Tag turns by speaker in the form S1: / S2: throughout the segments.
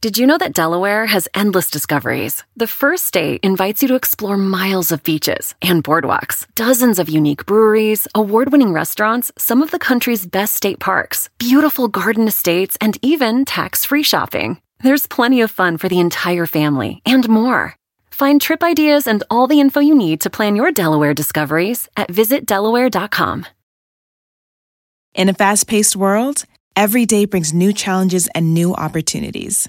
S1: Did you know that Delaware has endless discoveries? The first state invites you to explore miles of beaches and boardwalks, dozens of unique breweries, award winning restaurants, some of the country's best state parks, beautiful garden estates, and even tax free shopping. There's plenty of fun for the entire family and more. Find trip ideas and all the info you need to plan your Delaware discoveries at visitdelaware.com.
S2: In a fast paced world, every day brings new challenges and new opportunities.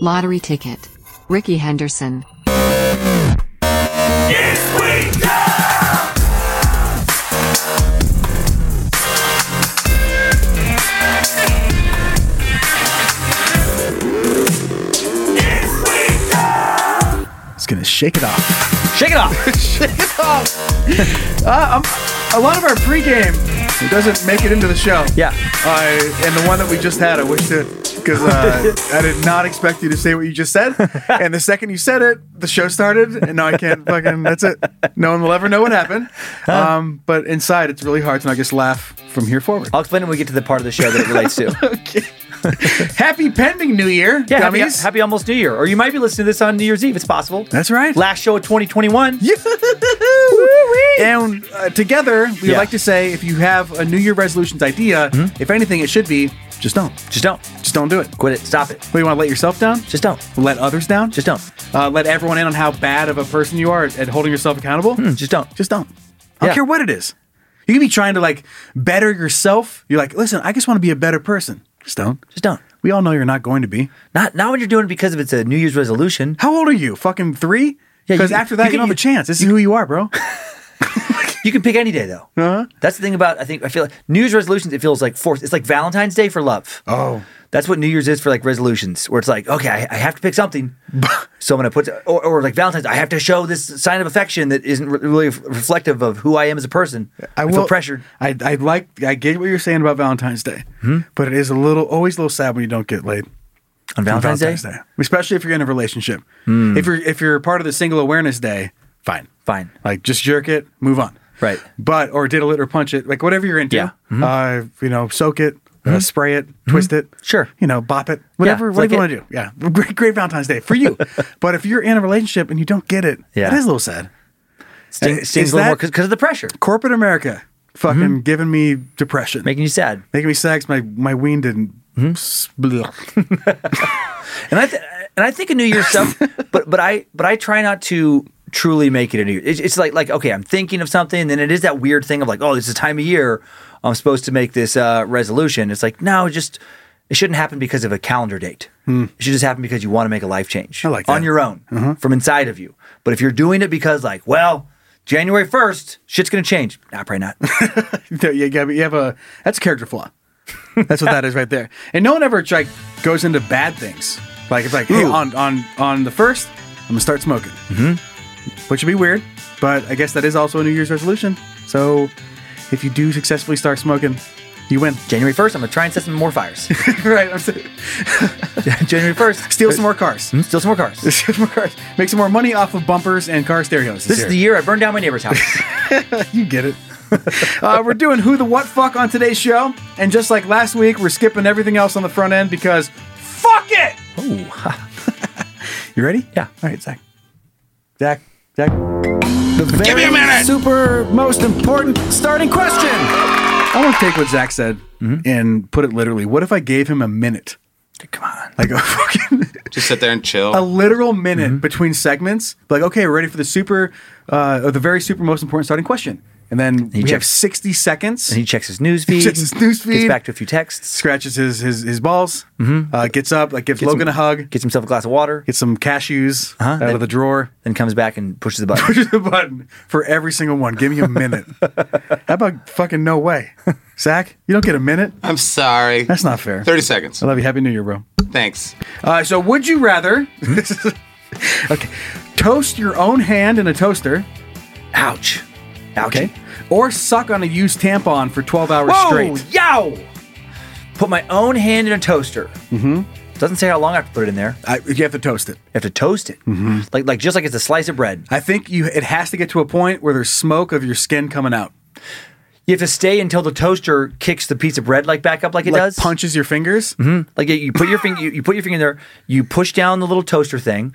S3: Lottery ticket. Ricky Henderson.
S4: It's gonna shake it off.
S5: Shake it off.
S4: shake it off. Uh, um, a lot of our pregame it doesn't make it into the show.
S5: Yeah.
S4: Uh, and the one that we just had, I wish to, because uh, I did not expect you to say what you just said. And the second you said it, the show started, and now I can't fucking. That's it. No one will ever know what happened. Um, but inside, it's really hard to not just laugh from here forward.
S5: I'll explain when we get to the part of the show that it relates to.
S4: Happy pending New Year,
S5: Yeah, happy,
S4: dummies.
S5: happy almost New Year. Or you might be listening to this on New Year's Eve. It's possible.
S4: That's right.
S5: Last show of 2021.
S4: and uh, together, we would
S5: Yeah. Hmm?
S4: like to say if you have a New Year resolutions idea, if anything, it should be just don't.
S5: Just don't.
S4: Just don't do it.
S5: Quit it. Stop it.
S4: Well, you want to let yourself down?
S5: Just don't.
S4: let others down?
S5: Just don't.
S4: Uh, let everyone in on how bad of a person you are at, at holding yourself accountable?
S5: Hmm, Just don't.
S4: Just don't. I don't
S5: Yeah.
S4: care what it is. You can be trying to like better yourself. You're like, listen, I just want to be a better person. Just don't.
S5: Just don't.
S4: We all know you're not going to be.
S5: Not not when you're doing it because of it's a New Year's resolution.
S4: How old are you? Fucking three?
S5: Yeah,
S4: Because
S5: you-
S4: after that, you,
S5: you can-
S4: don't have a chance. This is who you are, bro.
S5: You can pick any day though. Uh-huh. That's the thing about I think I feel like New Year's resolutions. It feels like forced. It's like Valentine's Day for love.
S4: Oh.
S5: That's what New Year's is for like resolutions, where it's like, okay, I, I have to pick something. so I'm gonna put, or, or like Valentine's, I have to show this sign of affection that isn't re- really f- reflective of who I am as a person. I, feel pressured. Hmm?
S4: I, I like, I get what you're saying about Valentine's Day, but it is a little, always a little sad when you don't get laid.
S5: On
S4: on
S5: Valentine's, Day? Hmm.
S4: especially if you're in a relationship. If you're if you're part of the single awareness day, fine,
S5: Fine.
S4: like just jerk it, move on,
S5: Right.
S4: But or diddle it or punch it, like whatever you're into,
S5: Yeah. Mm-hmm.
S4: uh, you know, soak it, uh, spray it, twist it,
S5: Sure.
S4: you know, bop it, whatever,
S5: it's
S4: whatever you want
S5: like
S4: to do. Yeah, great, great Valentine's Day for you. but if you're in a relationship and you don't get it,
S5: Yeah.
S4: that is a little sad.
S5: Sting,
S4: Is
S5: stings a little
S4: that-
S5: more because of the pressure,
S4: Corporate America, fucking
S5: Mm-hmm.
S4: giving me depression,
S5: making you sad.
S4: making me sex. My my ween didn't.
S5: Hmm?
S4: Blech.
S5: And I th- and I think of New Year's stuff, but but I but I try not to truly make it a New Year. It's, it's like like okay, I'm thinking of something, then it is that weird thing of like, oh, this is the time of year I'm supposed to make this uh, resolution. It's like no, it just it shouldn't happen because of a calendar date. It should just happen because you want to make a life change
S4: Hmm. I like
S5: on
S4: that. Uh-huh.
S5: your own from inside of you. But if you're doing it because like, well, January first, shit's gonna change. Nah, probably not.
S4: No, you, have, you have a that's a character flaw. That's what that is right there. And no one ever like goes into bad things. Like it's like, hey,
S5: Ooh.
S4: on on on the first, I'm gonna start smoking, mm-hmm. which would be weird. But I guess that is also a New Year's resolution. So if you do successfully start smoking, you win.
S5: January first, I'm gonna try and set some more fires.
S4: right? I'm saying,
S5: January first,
S4: steal some more cars.
S5: steal some more cars.
S4: Steal some more cars. Make some more money off of bumpers and car stereos.
S5: This is
S4: year.
S5: the year I burned down my neighbor's house.
S4: You get it. uh, we're doing Who the What Fuck on today's show. And just like last week, we're skipping everything else on the front end because fuck it! you ready?
S5: Yeah.
S4: All right, Zach. Zach. Zach.
S6: The very Give me a minute.
S4: Super most important starting question. Mm-hmm. I want to take what Zach said and put it literally. What if I gave him a minute?
S5: Come on.
S4: Like a fucking
S6: Just sit there and chill.
S4: a literal
S5: Mm-hmm.
S4: minute between segments. Like, okay, we're ready for the super, uh, or the very super most important starting question. And and then we have
S5: checks-
S4: 60 seconds.
S5: And he checks his news feed.
S4: Checks his news
S5: Gets
S4: feed.
S5: back to a few texts.
S4: scratches his his, his balls. Uh, gets up, like gives
S5: Mm-hmm. Gets
S4: Logan
S5: him- Uh-huh.
S4: a hug.
S5: Gets himself a glass of water.
S4: Gets some cashews out
S5: Then-
S4: of the drawer.
S5: Then comes back and pushes the button.
S4: Push the button for every single one. Give me a minute. How about fucking no way, Zach? You don't get a minute.
S6: I'm sorry.
S4: That's not fair.
S6: 30 seconds.
S4: I love you. Happy New Year, bro.
S6: Thanks.
S4: Uh, so, would you rather?
S5: Hmm?
S4: okay, toast your own hand in a toaster,
S5: Ouch. Ouch.
S4: okay, or suck on a used tampon for twelve hours
S5: Whoa,
S4: straight.
S5: yow! Put my own hand in a toaster. Mm-hmm. Doesn't say how long I have to put it in there.
S4: I, you have to toast it.
S5: You have to toast it.
S4: Mm-hmm.
S5: Like, like just like it's a slice of bread.
S4: I think you. It has to get to a point where there's smoke of your skin coming out.
S5: You have to stay until the toaster kicks the piece of bread like back up like it
S4: like
S5: does. Mm-hmm.
S4: punches your fingers.
S5: Like you- you put your finger, you, you put your finger in there. You push down the little toaster thing,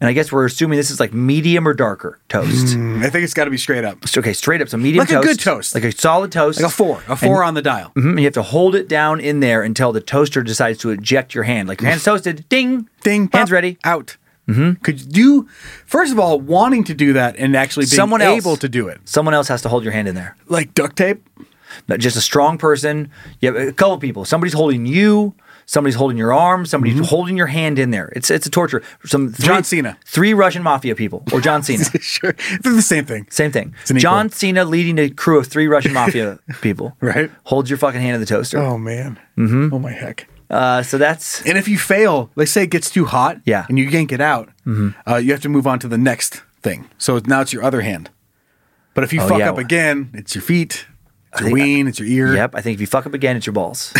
S5: and I guess we're assuming this is like medium or darker toast.
S4: I think it's got to be straight up,
S5: So, okay, straight up, so medium
S4: Mm. Like a
S5: toast,
S4: good toast.
S5: like a solid toast,
S4: like a four, a four on the dial.
S5: hmm you have to hold it down in there until the toaster decides to eject your hand. Like your hand's toasted, ding,
S4: Ding,
S5: hands
S4: pop,
S5: ready.
S4: out. Mm-hmm. Could you, first of all, wanting to do that and actually being
S5: Someone else
S4: able to do it,
S5: Someone else has to hold your hand in there.
S4: like duct tape?
S5: Not just a strong person. You have a couple people. Somebody's holding you. Somebody's holding your arm. Somebody's holding your hand in there. It's it's a torture. Some
S4: Mm-hmm.
S5: three,
S4: John Cena.
S5: three Russian mafia people, or John Cena.
S4: sure, they're the same thing.
S5: Same
S4: an
S5: thing.
S4: equal.
S5: John Cena leading a crew of three Russian mafia people.
S4: Right.
S5: Holds your fucking hand in the toaster.
S4: Oh man. Mm-hmm. Oh my heck.
S5: Uh, so that's
S4: And if you fail, let's say it gets too hot,
S5: Yeah. Mm-hmm.
S4: and you yank it out, uh, you have to move on to the next thing. So now it's your other hand. But if you
S5: Oh,
S4: fuck
S5: yeah.
S4: up again, it's your feet, it's your
S5: think-
S4: ween, it's your ear.
S5: Yep, I think if you fuck up again, it's your balls.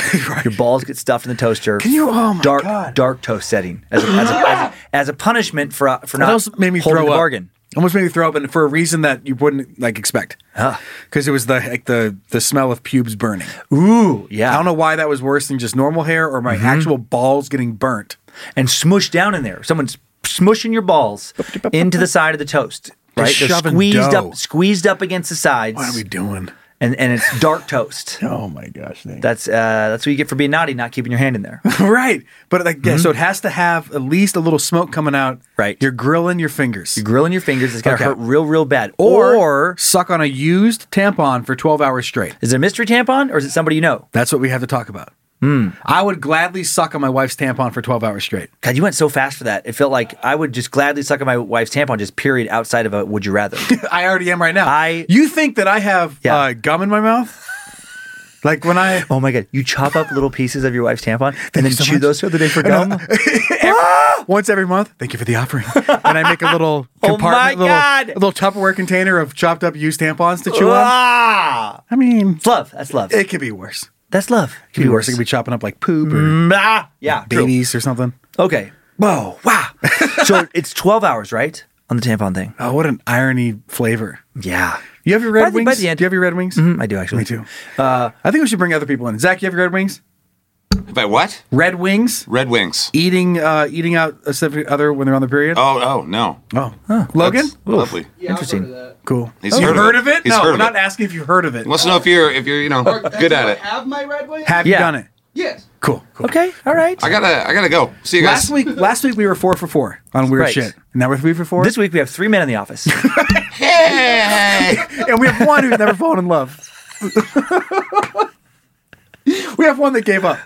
S5: Your balls get stuffed in the toaster.
S4: Can you- oh my
S5: dark,
S4: God.
S5: dark toast setting as a, as a, as a, as a punishment for uh, for
S4: That
S5: not
S4: almost made me
S5: holding
S4: throw
S5: the
S4: up.
S5: bargain.
S4: Almost made me throw up, and for a reason that you wouldn't like expect.
S5: Huh.
S4: Because it was the like the the smell of pubes burning.
S5: Ooh, Mm-hmm. yeah.
S4: I don't know why that was worse than just normal hair or my actual balls getting burnt.
S5: And smush down in there. Someone's smushing your balls into the side of the toast.
S4: They're
S5: Right, they're
S4: shoving
S5: squeezed
S4: dough.
S5: up, squeezed up against the sides,
S4: What are we doing?
S5: and and it's dark toast.
S4: Oh my gosh! Thank
S5: That's uh, that's what you get for being naughty, not keeping your hand in there.
S4: right, but like yeah, so it has to have at least a little smoke coming out.
S5: Mm-hmm. Right.
S4: you're grilling your fingers,
S5: Grilling your fingers is gonna
S4: Okay.
S5: hurt real, real bad.
S4: or,
S5: or
S4: suck on a used tampon for twelve hours straight.
S5: is it a mystery tampon, or is it somebody you know?
S4: That's what we have to talk about.
S5: Hmm.
S4: I would gladly suck on my wife's tampon for twelve hours straight.
S5: God, you went so fast for that. It felt like I would just gladly suck on my wife's tampon, just period, outside of a would you rather.
S4: I already am right now.
S5: I-
S4: you think that I have
S5: Yeah.
S4: uh, gum in my mouth? like when I
S5: oh my God. You chop up little pieces of your wife's tampon and
S4: you
S5: then
S4: so
S5: chew
S4: much.
S5: those throughout the day for gum?
S4: once every month, thank you for the offering, and I make a little
S5: Oh my
S4: compartment, little,
S5: God.
S4: a little Tupperware container of chopped up used tampons to chew on.
S5: ah!
S4: I mean,
S5: It's love. That's love.
S4: it could be worse. It
S5: That's love. It
S4: could be worse. It could be chopping up like poop or
S5: Ah! Yeah. true.
S4: babies or something.
S5: Okay. Whoa. Wow. so it's 12 hours, right? On the tampon thing.
S4: Oh, what an irony flavor.
S5: Yeah.
S4: You have your
S5: By
S4: red
S5: the- by
S4: wings?
S5: the end-
S4: Do you have your red wings?
S5: Mm, I do actually.
S4: Mm-hmm. Me too. I think we should bring other people in. Zach, you have your red wings?
S6: By what?
S4: Red wings?
S6: Red Wings.
S4: Eating uh, eating out a specific other when they're on the period?
S6: Oh, oh, no.
S4: Oh. Logan?
S6: That's lovely.
S5: Interesting.
S4: Cool.
S6: He's
S4: You
S6: heard of it. He's
S4: No,
S6: heard of
S4: I'm not
S6: it.
S4: asking if you heard of it.
S6: Wants to know if you're if you're you know good at it.
S7: Have my red wing?
S4: have you
S5: Yeah.
S4: done it?
S7: yes.
S4: Cool. cool.
S5: Okay. All right.
S6: I gotta I gotta go. See you
S4: Last
S6: guys.
S4: week last week we were four for four on weird
S5: Right.
S4: shit. Now we're three for four.
S5: This week we have three men in the office.
S6: Hey!
S4: and we have one who's never fallen in love. we have one that gave up.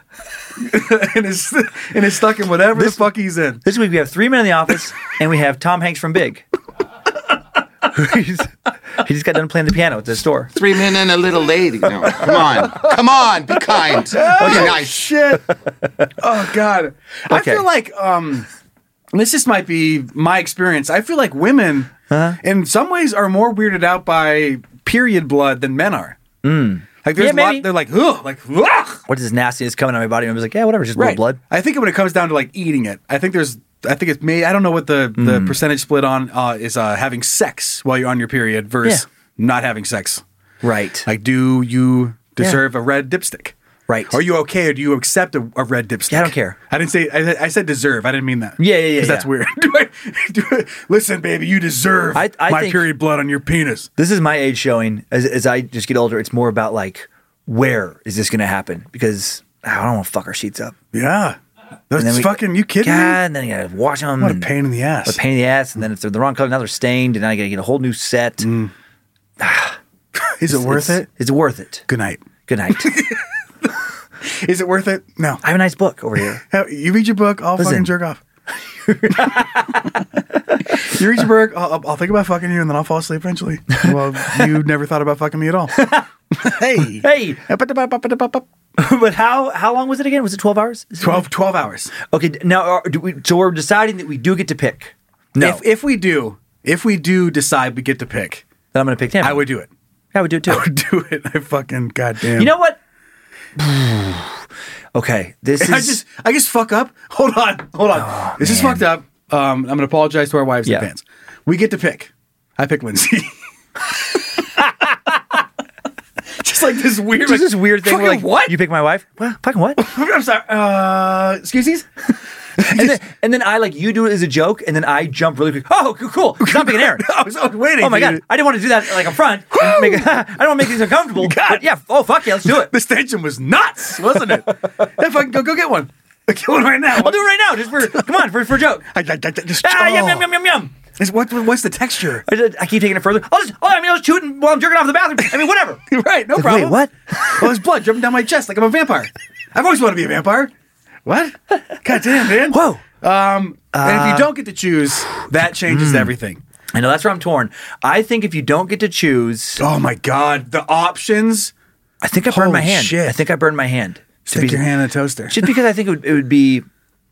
S4: and is and is stuck in whatever the fuck he's in.
S5: This week we have three men in the office, and we have Tom Hanks from Big. He's- he just got done playing the piano at the store.
S6: Three men and a little lady. No, come on, come on. Be kind. Be nice.
S4: shit. Oh god. I
S5: Okay.
S4: feel like um this just might be my experience. I feel like women in some ways are more weirded out by period blood than men are. Like there's
S5: Yeah,
S4: a lot
S5: maybe.
S4: they're like, ugh, like ugh.
S5: What is this nastiness coming out of my body? And I was like, yeah, whatever, just a
S4: Right.
S5: little blood.
S4: I think when it comes down to like eating it, I think there's I think it's may I don't know what the,
S5: Mm.
S4: the percentage split on uh, is uh, having sex while you're on your period versus
S5: Yeah.
S4: not having sex.
S5: Right.
S4: Like do you deserve a red dipstick?
S5: right.
S4: Are you okay, or do you accept a, a red dipstick?
S5: Yeah, I don't care.
S4: I didn't say. I, I said deserve. I didn't mean that.
S5: Yeah, yeah, yeah,
S4: 'Cause That's
S5: yeah.
S4: weird. do I, do I- listen, baby, you deserve
S5: I- I
S4: my
S5: think-
S4: period blood on your penis.
S5: this is my age showing. As, as I just get older, it's more about like, where is this going to happen? Because ah, I don't want to fuck our sheets up.
S4: Yeah,
S5: then
S4: that's
S5: we-
S4: fucking. You kidding
S5: God,
S4: me?
S5: and then you got to wash them.
S4: What a
S5: and-
S4: pain in the ass.
S5: What a pain in the ass. And then if they're the wrong color, now they're stained, and now I got to get a whole new set.
S4: Is it Mm. worth it?
S5: Is it worth it?
S4: Good night.
S5: Good night.
S4: Is it worth it? No.
S5: I have a nice book over here.
S4: Have- You read your book, I'll
S5: Listen.
S4: fucking jerk off. you read your book, I'll, I'll- I'll think about fucking you, and then I'll fall asleep eventually. Well, you never thought about fucking me at all. hey.
S5: Hey,
S4: Twelve,
S5: but how how long was it again? Was it twelve hours? Is it-
S4: 12 hours.
S5: Okay, d- now are, do we, so we're deciding that we do get to pick. No,
S4: If, if we do, if we do decide we get to pick,
S5: then I'm going to pick Tampa.
S4: I would do it.
S5: I would do it too.
S4: I would do it. I fucking goddamn.
S5: You know what? okay, this is Oh,
S4: I just I just fuck up. Hold on, hold on. this is fucked up. Um, I'm gonna apologize to our wives
S5: Yeah.
S4: in advance. We get to pick. I pick Lindsay. just like this weird,
S5: just
S4: like,
S5: this weird thing. where,
S4: fucking
S5: like,
S4: what?
S5: you pick my wife? Well, fucking what?
S4: I'm sorry. Uh, excuse me.
S5: and, then, and then I like you do it as a joke, and then I jump really quick. Oh, c- cool! It's not picking Aaron.
S4: I was I was waiting.
S5: Oh my god!
S4: dude.
S5: I didn't want to do that like up front. and make it- I don't want to make these uncomfortable. But yeah. Oh fuck yeah! Let's do it.
S4: This tension was nuts, wasn't it? yeah, fucking go go get one. Get one right now.
S5: I'll do it right now. Just for come on for for a joke.
S4: I, I, I, just,
S5: Ah, yum
S4: oh.
S5: yum yum yum yum.
S4: It's- what, what's the texture?
S5: I, just- I keep taking it further. I'll just, oh, I mean, I'll just shoot and while I'm jerking off in the bathroom. I mean, whatever.
S4: You're right. No problem.
S5: what?
S4: well, there's blood dripping down my chest like I'm a vampire. I've always wanted to be a vampire. What? God damn, man.
S5: Whoa. uh,
S4: Um, and if you don't get to choose, that
S5: hmm.
S4: changes everything.
S5: I know that's where I'm torn. I think if you don't get to choose,
S4: Oh my God. The options.
S5: I think I burned my
S4: Holy
S5: hand.
S4: shit.
S5: I think I burned my hand. To
S4: Stick
S5: be-
S4: your hand in the toaster.
S5: just because I think it would, it would be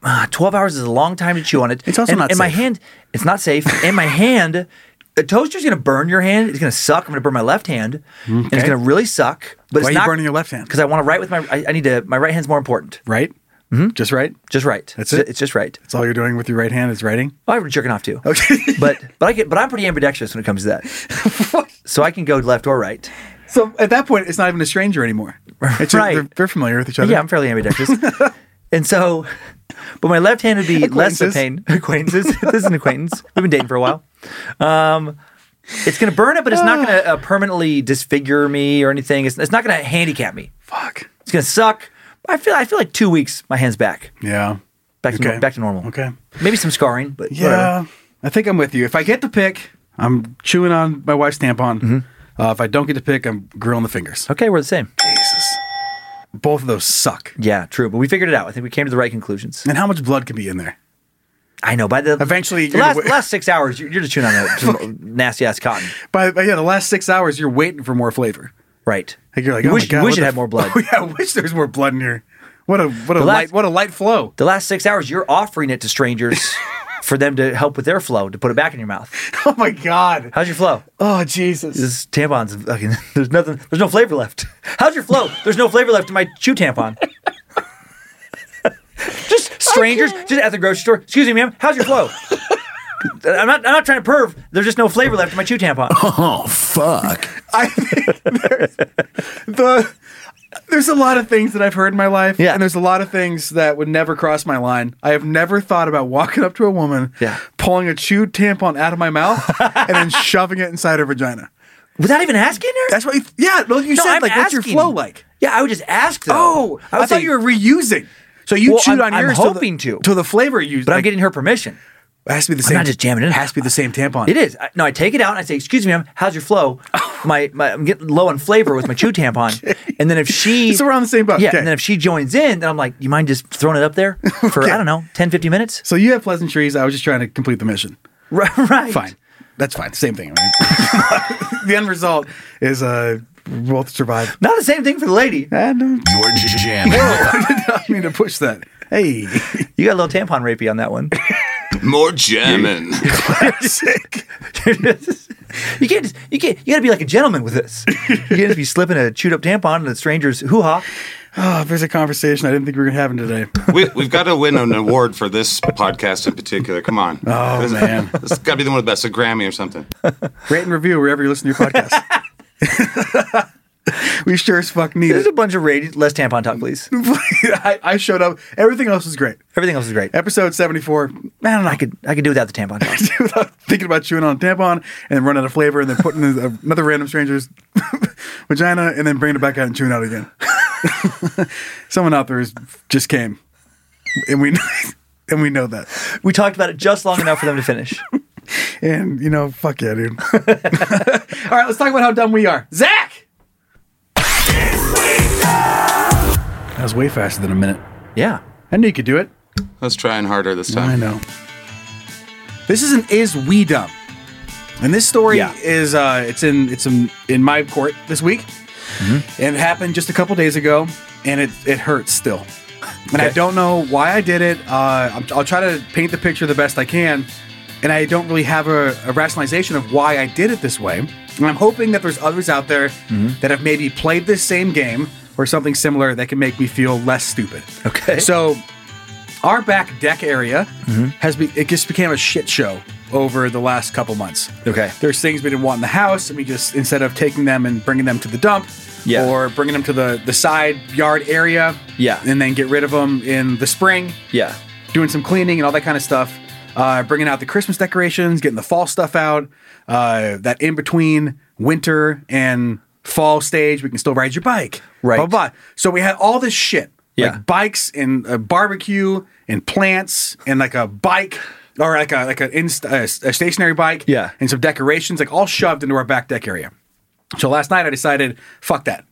S5: uh, 12 hours is a long time to chew on it.
S4: It's also
S5: and,
S4: not
S5: And my
S4: safe.
S5: hand, it's not safe. and my hand, the toaster's going to burn your hand. It's going to suck. I'm going to burn my left hand. And it's
S4: Okay.
S5: going to really suck. But
S4: Why
S5: it's
S4: are you
S5: not,
S4: burning your left hand?
S5: Because I want to write with my, I, I need to, my right hand's more important.
S4: Right? Mm-hmm. Just right?
S5: Just right.
S4: That's
S5: It's-
S4: it?
S5: It's just right.
S4: That's all you're doing with your right hand is writing?
S5: Well, I'm jerking off too.
S4: Okay.
S5: but but I get but I'm pretty ambidextrous when it comes to that. so I can go left or right.
S4: So at that point, it's not even a stranger anymore. It's just-
S5: Right.
S4: they're, they're familiar with each other.
S5: Yeah, I'm fairly ambidextrous. and so, but my left hand would be less of
S4: Acquaintances.
S5: pain. Acquaintances. this is an acquaintance. We've been dating for a while. Um, it's gonna burn it, but it's not gonna uh, permanently disfigure me or anything. It's, it's not gonna handicap me.
S4: Fuck.
S5: It's gonna suck. I feel I feel like two weeks. My hands back
S4: Yeah.
S5: back to
S4: Okay.
S5: back to normal.
S4: Okay.
S5: Maybe some scarring, but
S4: Yeah,
S5: whatever.
S4: I think I'm with you. If I get to pick, I'm chewing on my wife's tampon.
S5: Mm-hmm.
S4: Uh, if I don't get to pick, I'm grilling the fingers.
S5: Okay, we're the same.
S4: Jesus, both of those suck.
S5: Yeah, true. But we figured it out. I think we came to the right conclusions.
S4: And how much blood can be in there?
S5: I know. By the
S4: Eventually,
S5: the
S4: you're
S5: last,
S4: gonna-
S5: last six hours, you're, you're just chewing on that some nasty ass cotton,
S4: By, by yeah, the last six hours, you're waiting for more flavor.
S5: right?
S4: Like you're like,
S5: You
S4: oh
S5: wish,
S4: my god,
S5: you wish
S4: what
S5: it
S4: the
S5: had more
S4: f- Oh,
S5: blood.
S4: yeah, I wish there was more blood in here. What a what a
S5: The
S4: light
S5: last-
S4: what a light flow.
S5: The last six hours, you're offering it to strangers for them to help with their flow to put it back in your mouth.
S4: Oh my god.
S5: How's your flow?
S4: Oh Jesus.
S5: This tampon's fucking. There's nothing. There's no flavor left. How's your flow? There's no flavor left in my chew tampon. just strangers, just at the grocery store. Excuse me, ma'am. How's your flow? I'm not. I'm not trying to perv. There's just no flavor left in my chew tampon.
S4: I think there's the there's a lot of things that I've heard in my life,
S5: Yeah.
S4: and there's a lot of things that would never cross my line. I have never thought about walking up to a woman,
S5: Yeah.
S4: pulling a chewed tampon out of my mouth, and then shoving it inside her vagina.
S5: Without even asking her.
S4: That's what. You, yeah, no, you said
S5: I'm
S4: like, what's your
S5: asking.
S4: flow like?
S5: Yeah, I would just ask though.
S4: Oh, I,
S5: would
S4: thought
S5: say-
S4: you were reusing. So you
S5: Well,
S4: chewed
S5: I'm-
S4: on
S5: I'm
S4: yours.
S5: hoping
S4: till
S5: to.
S4: the, till the flavor you.
S5: But I'm getting her permission.
S4: It has to be the
S5: I'm
S4: same.
S5: not just jamming it. in.
S4: It has to be the same tampon.
S5: It is. I, no, I take it out and I say, "Excuse me, ma'am, how's your flow? my, my, I'm getting low on flavor with my chew tampon." And then if she,
S4: So we're on the same boat.
S5: Yeah.
S4: Okay.
S5: And then if she joins in, then I'm like, "You mind just throwing it up there for I don't know, 10, 15 minutes?"
S4: So you have pleasantries. I was just trying to complete the mission.
S5: Right. right.
S4: Fine. That's fine. Same thing. I mean. the end result is uh, we both survive.
S5: Not the same thing for the lady.
S4: I don't,
S7: You're jamming.
S4: I did not mean to push that. Hey,
S5: You got a little tampon rapey on that one.
S7: More jamming.
S4: sick.
S5: you can't. Just, you can't. You got to be like a gentleman with this. You can't just be slipping a chewed up tampon in a stranger's hoo ha.
S4: Oh, there's a conversation I didn't think we were having today.
S6: We, we've got to win an award for this podcast in particular. Come on. Oh, this,
S4: man.
S6: This has got to be the one of the best, a Grammy or something.
S4: Rate and review wherever you listen to your podcast. we sure as fuck need
S5: There's a
S4: it.
S5: bunch of rage. Less tampon talk, please.
S4: I, I showed up. Everything else was great.
S5: Everything else is great.
S4: Episode 74. Man, I
S5: I could. I could do without the tampon talk.
S4: without thinking about chewing on a tampon and running out of flavor and then putting it in another random stranger's vagina and then bringing it back out and chewing out again. Someone out there is, just came, and we and we know that.
S5: We talked about it just long enough for them to finish.
S4: And you know, fuck yeah, dude. All right, let's talk about how dumb we are, Zach. That was way faster than a minute.
S5: Yeah.
S4: I knew you could do it.
S6: Let's try and harder this
S4: I
S6: time.
S4: know. This is an is we dumb, and this story
S5: Yeah.
S4: is uh, it's in it's in, in my court this week,
S5: Mm-hmm.
S4: and it happened just a couple days ago, and it it hurts still, and I
S5: Okay.
S4: don't know why I did it. Uh, I'm, I'll try to paint the picture the best I can, and I don't really have a, a rationalization of why I did it this way. And I'm hoping that there's others out there
S5: Mm-hmm.
S4: that have maybe played this same game or something similar that can make me feel less stupid.
S5: Okay.
S4: So our back deck area
S5: Mm-hmm.
S4: has be, it just became a shit show over the last couple months.
S5: Okay.
S4: There's things we didn't want in the house, and we just instead of taking them and bringing them to the dump,
S5: Yeah.
S4: or bringing them to the the side yard area,
S5: Yeah.
S4: and then get rid of them in the spring,
S5: Yeah.
S4: doing some cleaning and all that kind of stuff. Uh, bringing out the Christmas decorations, getting the fall stuff out. Uh, that in between winter and fall stage, we can still ride your bike.
S5: Right.
S4: Blah, blah, blah. So we had all this shit.
S5: Yeah.
S4: Like bikes and a barbecue and plants and like a bike or like a like an inst- a, a stationary bike.
S5: Yeah.
S4: And some decorations, like all shoved into our back deck area. So last night I decided, fuck that.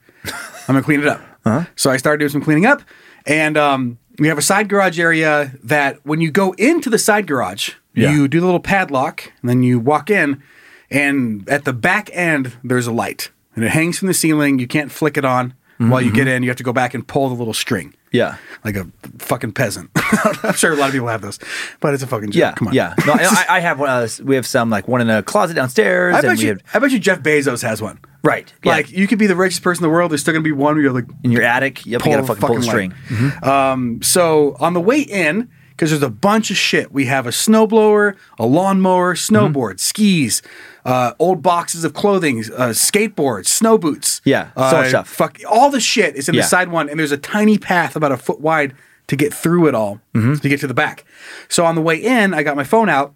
S4: I'm gonna clean it up.
S5: Uh-huh.
S4: So I started doing some cleaning up, and um, we have a side garage area that when you go into the side garage,
S5: Yeah.
S4: you do the little padlock, and then you walk in, and at the back end there's a light, and it hangs from the ceiling. You can't flick it on while you get in. You have to go back and pull the little string.
S5: Mm-hmm. Yeah.
S4: Like a fucking peasant. I'm sure a lot of people have those, but it's a fucking joke.
S5: Yeah.
S4: Come on.
S5: Yeah. No, I, I have one. Uh, we have some like one in a closet downstairs.
S4: I
S5: and
S4: bet,
S5: we
S4: you,
S5: have,
S4: I bet you Jeff Bezos has one.
S5: Right. yeah.
S4: Like, you could be the richest person in the world. There's still going to be one where you're like,
S5: in your attic, you have to get a
S4: pull
S5: fucking, pull the
S4: fucking
S5: string.
S4: leg. Mm-hmm. Um, So on the way in, because there's a bunch of shit. We have a snowblower, a lawnmower, snowboard,
S5: Mm-hmm.
S4: skis, uh, old boxes of clothing, uh, skateboards, snow boots.
S5: Yeah,
S4: uh,
S5: so stuff.
S4: Fuck, all the shit is in
S5: Yeah.
S4: the side one, and there's a tiny path about a foot wide to get through it all
S5: Mm-hmm.
S4: to get to the back. So on the way in, I got my phone out.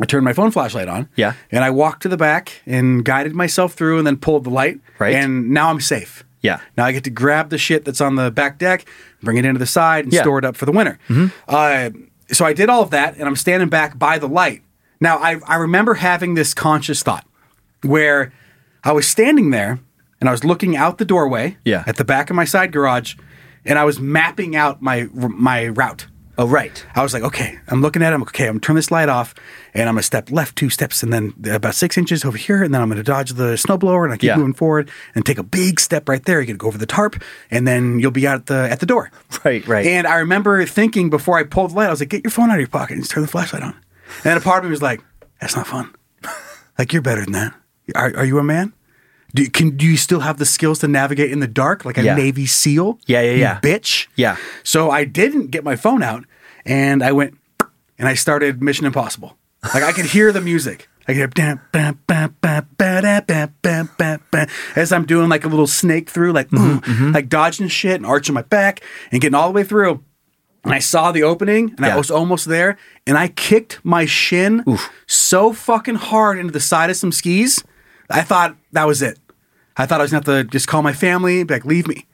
S4: I turned my phone flashlight on.
S5: Yeah.
S4: And I walked to the back and guided myself through and then pulled the light.
S5: Right.
S4: And now I'm safe.
S5: Yeah.
S4: Now I get to grab the shit that's on the back deck, bring it into the side, and
S5: Yeah. Mm-hmm.
S4: store it up for the winter. Uh, so I did all of that, and I'm standing back by the light. Now I, I remember having this conscious thought where I was standing there and I was looking out the doorway
S5: Yeah.
S4: at the back of my side garage, and I was mapping out my my route.
S5: Oh, right.
S4: I was like, okay, I'm looking at him. Okay, I'm gonna turn this light off, and I'm gonna step left two steps, and then about six inches over here, and then I'm gonna dodge the snowblower, and I keep
S5: Yeah.
S4: moving forward, and take a big step right there. You can go over the tarp, and then you'll be out at the at the door.
S5: Right, right.
S4: And I remember thinking before I pulled the light, I was like, get your phone out of your pocket and just turn the flashlight on. And then a part of me was like, that's not fun. Like you're better than that. Are, are you a man? Do you, can do you still have the skills to navigate in the dark like a
S5: Yeah.
S4: Navy SEAL?
S5: Yeah, yeah,
S4: you
S5: yeah.
S4: Bitch.
S5: Yeah.
S4: So I didn't get my phone out, and I went and I started Mission Impossible. Like I could hear the music. I could hear "Bam, bam, bam, bam, da, bam, bam, bam, bam," as I'm doing like a little snake through, like
S5: Mm-hmm,
S4: ooh, like dodging shit and arching my back and getting all the way through. And I saw the opening, and
S5: Yeah.
S4: I was almost there, and I kicked my shin so fucking hard into the side of some skis. I thought that was it. I thought I was gonna have to just call my family, be like, leave me.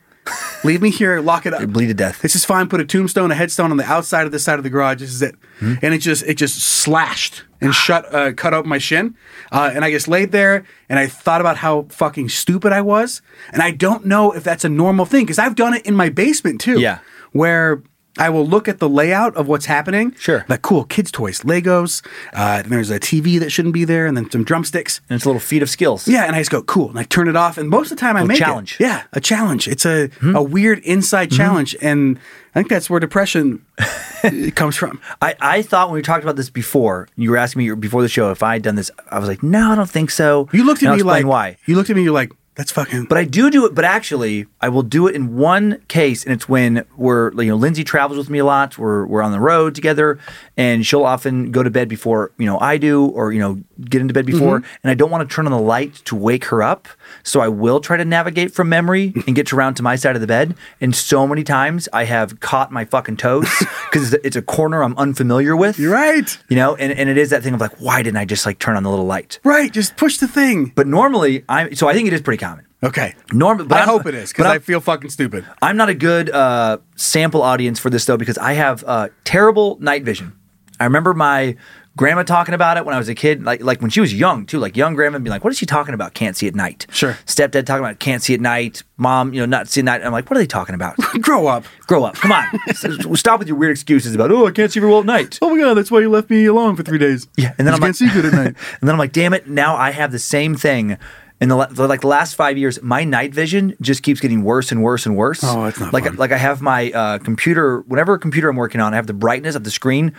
S4: Leave me here, lock it up.
S5: bleed to death.
S4: This is fine. Put a tombstone, a headstone on the outside of the side of the garage. This is it.
S5: Hmm?
S4: And it just it just slashed
S5: Ah.
S4: and shut uh, cut open my shin. Uh, and I just laid there and I thought about how fucking stupid I was. And I don't know if that's a normal thing because I've done it in my basement too.
S5: Yeah.
S4: Where I will look at the layout of what's happening.
S5: Sure.
S4: Like cool kids' toys, Legos. Uh, and there's a TV that shouldn't be there, and then some drumsticks.
S5: And it's a little feat of skills.
S4: Yeah, and I just go cool, and I turn it off. And most of the time, I make
S5: challenge. Hmm.
S4: It. Yeah, a challenge. It's a a weird inside challenge, and I think that's where depression uh, comes from.
S5: I, I thought when we talked about this before, you were asking me before the show if I had done this. I was like, no, I don't think so.
S4: You looked at
S5: And I'll
S4: me like
S5: explain why.
S4: You looked at me. You're like that's fucking.
S5: But I do do it. But actually, I will do it in one case, and it's when we're you know Lindsay travels with me a lot. We're we're on the road together, and she'll often go to bed before you know I do, or you know get into bed
S4: Mm-hmm.
S5: before. And I don't want to turn on the light to wake her up, so I will try to navigate from memory and get around to my side of the bed. And so many times I have caught my fucking toes because it's a corner I'm unfamiliar with.
S4: You're right.
S5: You know, and, and it is that thing of like, why didn't I just like turn on the little light?
S4: right, just push the thing.
S5: But normally, I'm so I think it is pretty common.
S4: Okay.
S5: Norm- but
S4: I
S5: I'm-
S4: hope it is
S5: but
S4: because I
S5: I'm-
S4: feel fucking stupid.
S5: I'm not a good uh, sample audience for this though because I have uh, terrible night vision. I remember my grandma talking about it when I was a kid, like like when she was young too, like young grandma being like, "What is she talking about? Can't see at night."
S4: Sure.
S5: Stepdad talking about can't see at night. Mom, you know, not see at night. I'm like, what are they talking about?
S4: Grow up.
S5: Grow up. Come on. S- Stop with your weird excuses about oh I can't see very well at night.
S4: Oh my god, that's why you left me alone for three days.
S5: Yeah, and then I'm
S4: you can't
S5: like,
S4: see good at night.
S5: And then I'm like, damn it! Now I have the same thing. In the la- the, like the last five years, my night vision just keeps getting worse and worse and worse.
S4: Oh, it's not
S5: like
S4: fun.
S5: like I have my uh, computer. Whenever computer I'm working on, I have the brightness of the screen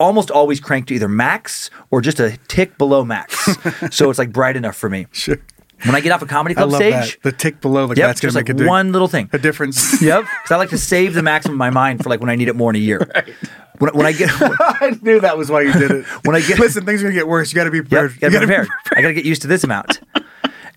S5: almost always cranked to either max or just a tick below max, so it's like bright enough for me.
S4: Sure.
S5: When I get off a comedy
S4: I
S5: club
S4: love
S5: stage,
S4: that. The tick below, like
S5: yep,
S4: that's gonna
S5: just
S4: make
S5: like
S4: a, di-
S5: one little thing.
S4: a difference.
S5: Yep, because I like to save the maximum of my mind for like when I need it more in a year. When, when I get
S4: I knew that was why you did it.
S5: When I get-
S4: listen, things are gonna get worse. You got to be
S5: Yep,
S4: prepared.
S5: gotta,
S4: You
S5: be prepared. I gotta get used to this amount.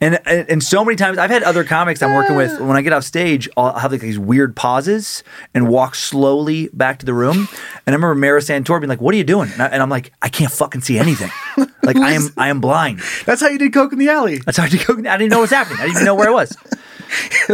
S5: And, and and so many times I've had other comics I'm working with. When I get off stage, I'll have like these weird pauses and walk slowly back to the room. And I remember Mara Santor being like, "What are you doing?" And, I, and I'm like, "I can't fucking see anything. Like I am I am blind.
S4: That's how you did coke in the alley.
S5: That's how I did. coke- I didn't know what's happening. I didn't even know where I was."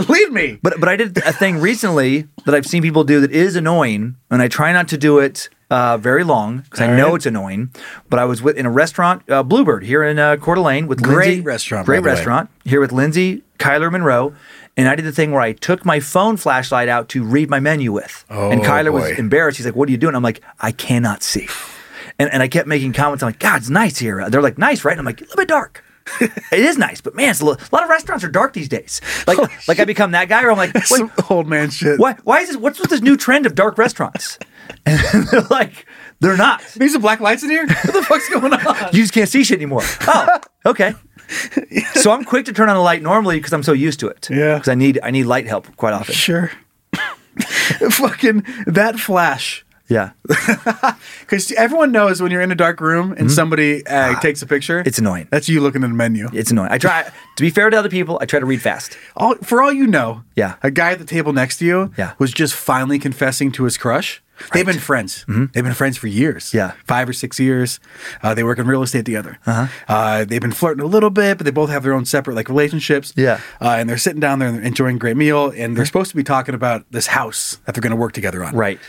S4: Leave me.
S5: But but I did a thing recently that I've seen people do that is annoying, and I try not to do it uh, very long because I know it's annoying. But I was with, in a restaurant, uh, Bluebird here in uh, Coeur d'Alene with
S8: Great
S5: Lindsay-
S8: restaurant, by
S5: great
S8: the way.
S5: restaurant here with Lindsay Kyler Monroe. And I did the thing where I took my phone flashlight out to read my menu with. and
S8: Oh,
S5: Kyler was
S8: boy.
S5: embarrassed. He's like, What are you doing? I'm like, I cannot see. And, and I kept making comments. I'm like, God, it's nice here. They're like, Nice, right? And I'm like, A little bit dark. it is nice, but man, it's a, little, a lot of restaurants are dark these days. Like, like I become that guy, or I'm like, Wait,
S4: Some old man shit.
S5: why, why is this? What's with this new trend of dark restaurants? And they're like, they're not.
S4: These are black lights in here. What the fuck's going on?
S5: You just can't see shit anymore. Oh, okay. So I'm quick to turn on the light normally because I'm so used to it.
S4: Yeah.
S5: Because I need I need light help quite often.
S4: Sure. Fucking that flash.
S5: Yeah.
S4: Because everyone knows when you're in a dark room and somebody uh, takes a picture,
S5: Mm-hmm. Ah, It's annoying.
S4: That's you looking at the menu.
S5: It's annoying. I try to be fair to other people. I try to read fast.
S4: all for all you know,
S5: Yeah.
S4: a guy at the table next to you
S5: Yeah.
S4: was just finally confessing to his crush. They've been friends. They've been friends for years.
S5: Mm-hmm. Yeah.
S4: five or six years. Uh, they work in real estate together. Uh-huh. they've been flirting a little bit, but they both have their own separate like relationships.
S5: Yeah. Mm-hmm.
S4: uh, and they're sitting down there and enjoying a great meal, and they're supposed to be talking about this house that they're going to work together on.
S5: Right.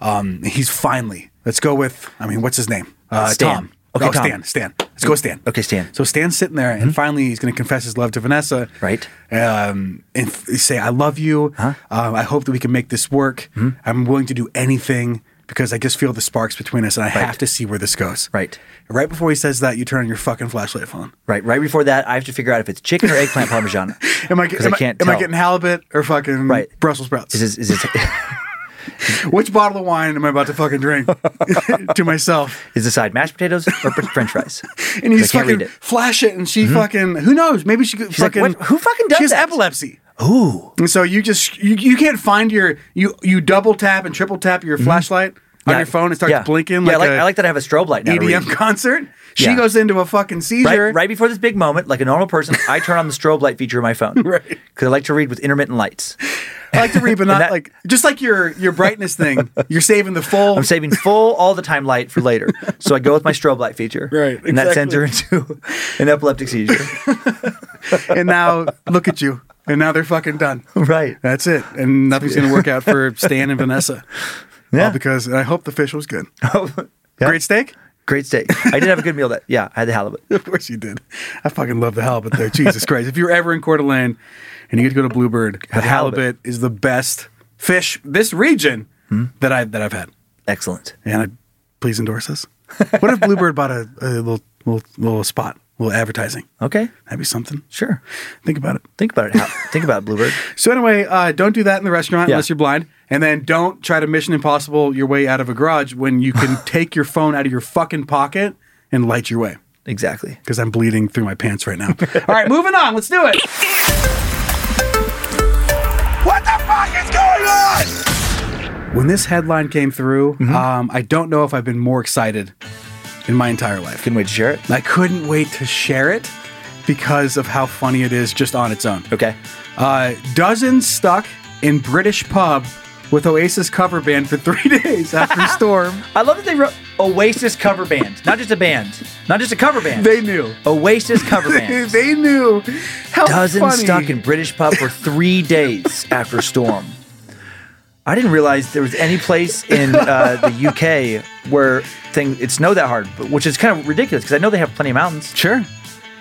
S4: Um, he's finally. Let's go with. I mean, what's his name? Uh,
S5: Stan.
S4: Tom.
S5: Okay,
S4: Oh,
S5: Tom.
S4: Stan. Stan. Let's go, with Stan.
S5: Okay, Stan. Mm-hmm.
S4: So Stan's sitting there, and finally he's going to confess his love to Vanessa.
S5: Right.
S4: Um, and f- say, I love you. Um, I hope that we can make this work.
S5: Hmm?
S4: I'm willing to do anything because I just feel the sparks between us, and I have to see where this goes.
S5: Right.
S4: Right before he says that, you turn on your fucking flashlight phone.
S5: Right. Right before that, I have to figure out if it's chicken or eggplant parmesan.
S4: Am I,
S5: 'Cause
S4: am, I,
S5: can't
S4: am I
S5: tell.
S4: getting halibut or fucking
S5: Right.
S4: Brussels sprouts?
S5: Is this, is this,
S4: Which bottle of wine am I about to fucking drink to myself?
S5: is this side mashed potatoes or French fries?
S4: And he's
S5: I can't read
S4: fucking
S5: it. Mm-hmm.
S4: flash it, and she fucking who knows? Maybe she could
S5: like,
S4: fucking
S5: "What? Who fucking does
S4: She has
S5: that?"
S4: epilepsy.
S5: Ooh.
S4: And so you just you, you can't find your you you double tap and triple tap your flashlight on
S5: Mm-hmm. Yeah.
S4: your phone. It starts
S5: Yeah.
S4: blinking
S5: Yeah,
S4: like,
S5: I like,
S4: a E
S5: I like that I have a strobe light now. to read.
S4: EDM concert. She
S5: Yeah.
S4: goes into a fucking
S5: right,
S4: seizure.
S5: right before this big moment, like a normal person, I turn on the strobe light feature of my phone.
S4: Right.
S5: Because I like to read with intermittent lights.
S4: I like to read, but not
S5: that-
S4: like just like your your brightness thing. You're saving the full.
S5: I'm saving full all the time light for later. So I go with my strobe light feature.
S4: Right,
S5: And that sends her
S4: exactly.
S5: into an epileptic seizure.
S4: and now look at you. And now they're fucking done.
S5: right.
S4: That's it. And nothing's gonna work out for Stan and Vanessa.
S5: Yeah.
S4: All because and I hope the fish was good. Great steak.
S5: Great steak. I did have a good meal that, yeah, I had the halibut.
S4: Of course you did. I fucking love the halibut though. Jesus Christ. If you're ever in Coeur d'Alene and you get to go to Bluebird, the halibut,
S5: halibut. Hmm?
S4: is the best fish this region that I've that I've had.
S5: Excellent.
S4: And I, please endorse us. What if Bluebird bought a, a little, little little spot, little advertising?
S5: Okay.
S4: That'd be something.
S5: Sure.
S4: Think about it.
S5: Think about it. Hal. Think about it, Bluebird.
S4: So anyway, uh, don't do that in the restaurant
S5: Yeah.
S4: unless you're blind, and then don't try to Mission Impossible your way out of a garage when you can take your phone out of your fucking pocket and light your way.
S5: Exactly.
S4: Because I'm bleeding through my pants right now. All right, moving on. Let's do it.
S7: What the fuck is going on?
S4: When this headline came through,
S7: Mm-hmm.
S4: um, I don't know if I've been more excited in my entire life.
S5: Can we share it?
S4: I couldn't wait to share it because of how funny it is just on its own.
S5: Okay.
S4: Uh, dozens stuck in British pub with Oasis cover band for three days after storm.
S5: I love that they wrote Oasis cover band, not just a band, not just a cover band.
S4: They knew.
S5: Oasis cover
S4: They,
S5: band.
S4: they knew. How
S5: Dozen
S4: funny.
S5: stuck in British pub for three days after storm. I didn't realize there was any place in uh, the UK where thing it snowed that hard, but, which is kind of ridiculous because I know they have plenty of mountains.
S4: Sure.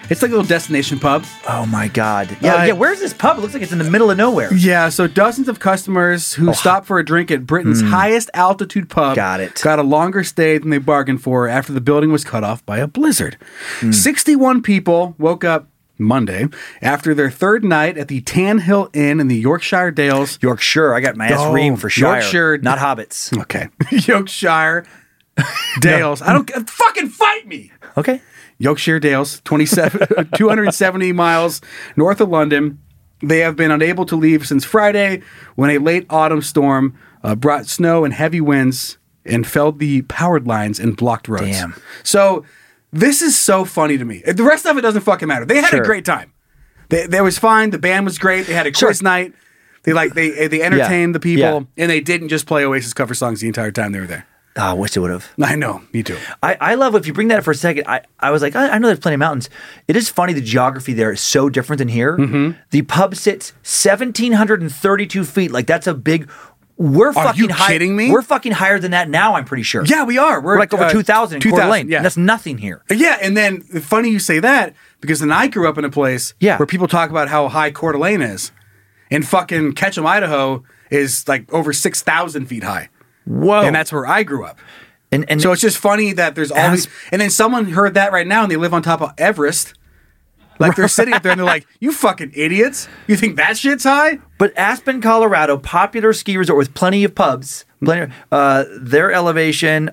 S4: It's like a little destination pub.
S5: Oh my god! Yeah,
S4: Uh,
S5: yeah. Where's this pub? It looks like it's in the middle of nowhere.
S4: Yeah, so dozens of customers who stopped for a drink at Britain's highest altitude pub
S5: Got it.
S4: Oh. Hmm. got a longer stay than they bargained for after the building was cut off by a blizzard. Hmm. 61 people woke up Monday after their third night at the Tan Hill Inn in the Yorkshire Dales.
S5: Yorkshire. I got my ass
S4: Oh,
S5: reamed for Shire,
S4: Yorkshire.
S5: not hobbits.
S4: Okay.
S9: Yorkshire.
S4: Dales. I don't fucking fight me.
S5: Okay.
S4: Yorkshire Dales, 27, 270 miles north of London. They have been unable to leave since Friday when a late autumn storm uh, brought snow and heavy winds and felled the powered lines and blocked roads.
S5: Damn.
S4: So this is so funny to me. The rest of it doesn't fucking matter. They had
S5: Sure.
S4: a great time. They, they was fine. The band was great. They had a quiz night. They like they they entertained the people and they didn't just play Oasis cover songs the entire time they were there.
S5: Ah, I wish it would have.
S4: I know, me too.
S5: I, I love if you bring that up for a second. I, I was like, I, I know there's plenty of mountains. It is funny the geography there is so different than here.
S4: Mm-hmm.
S5: The pub sits 1,732 feet. Like that's a big. We're fucking
S4: you
S5: high-
S4: kidding me?
S5: We're fucking higher than that now. I'm pretty sure.
S4: Yeah, we are. We're,
S5: We're like over
S4: uh,
S5: 2,000 in Coeur
S4: 2,000,
S5: d'Alene.
S4: yeah.
S5: And That's nothing here.
S4: Yeah, and then funny you say that because then I grew up in a place
S5: Yeah.
S4: where people talk about how high Coeur d'Alene is, and fucking Ketchum, Idaho is like over six thousand feet high,
S5: Whoa.
S4: and that's where I grew up.
S5: and, and
S4: So it's just funny that there's all these,
S5: Asp-
S4: and then someone heard that right now and they live on top of Everest. Like they're sitting up there and they're like, "You fucking idiots! You think that shit's high?"
S5: But Aspen, Colorado, popular ski resort with plenty of pubs. Plenty, uh, their elevation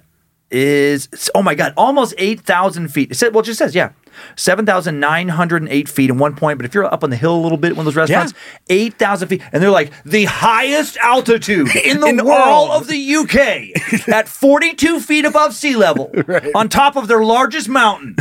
S5: is oh my god, almost eight thousand feet. It said, well, it just says yeah, seven thousand nine hundred and eight feet in one point. But if you're up on the hill a little bit, one of those restaurants, eight thousand feet, and they're like the highest altitude in the world all of the UK at forty-two feet above sea level, on top of their largest mountain.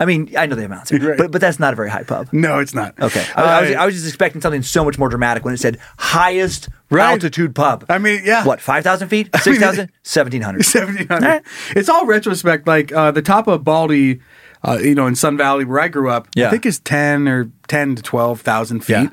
S5: I mean, I know they have mountains, here, but but that's not a very high pub.
S4: No, it's not.
S5: Okay. I, I was,
S4: Uh,
S5: I was just expecting something so much more dramatic when it said highest
S4: Right.
S5: altitude pub.
S4: I mean, yeah.
S5: What, 5,000 feet? 6,000? 1,700.
S4: 1700.
S5: All right.
S4: It's all retrospect. Like uh, the top of Baldy, uh, you know, in Sun Valley where I grew up,
S5: Yeah.
S4: I think is 10 or 10 to 12,000 feet.
S5: Yeah.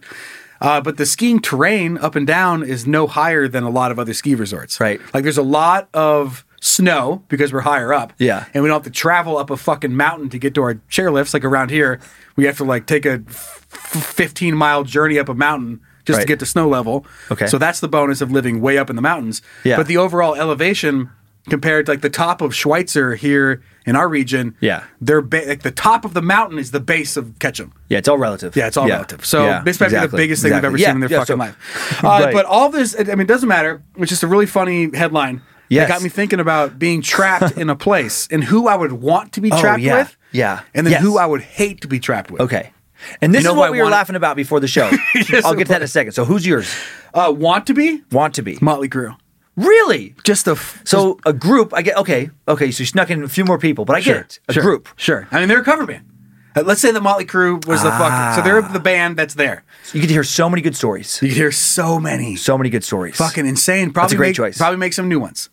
S4: Uh, but the skiing terrain up and down is no higher than a lot of other ski resorts.
S5: Right.
S4: Like there's a lot of snow because we're higher up.
S5: Yeah.
S4: And we don't have to travel up a fucking mountain to get to our chairlifts. Like around here, we have to like take a f- f- 15 mile journey up a mountain just
S5: Right.
S4: to get to snow level.
S5: Okay.
S4: So that's the bonus of living way up in the mountains.
S5: Yeah.
S4: But the overall elevation compared to like the top of Schweitzer here in our region,
S5: Yeah.
S4: they're ba- like the top of the mountain is the base of Ketchum.
S5: Yeah, it's all relative.
S4: Yeah, it's all relative. So this might be the biggest thing
S5: we
S4: they've ever seen in their fucking life. Uh,
S5: Right.
S4: But all this, I mean, it doesn't matter. It's just a really funny headline.
S5: Yes.
S4: It got me thinking about being trapped in a place and who I would want to be
S5: Oh,
S4: trapped
S5: yeah.
S4: with.
S5: Yeah.
S4: And then
S5: Yes.
S4: who I would hate to be trapped with.
S5: Okay. And this
S4: You know
S5: is
S4: who
S5: what
S4: I
S5: we were
S4: wanted-
S5: laughing about before the show. I'll get to that in a second. So who's yours?
S4: Uh, want to be?
S5: Want to be.
S4: Motley Crue.
S5: Really?
S4: Just a. F-
S5: So a group, I get, okay, okay, so you snuck in a few more people, but I get it. A
S4: sure,
S5: group.
S4: Sure. I mean, they're a cover band. Uh, let's say that Motley Crue was the fucking. So they're the band that's there.
S5: You get to hear Ah. so many good stories.
S4: You could hear so many
S5: So many good stories.
S4: fucking insane. Probably
S5: great
S4: make,
S5: choice.
S4: Probably make some new ones.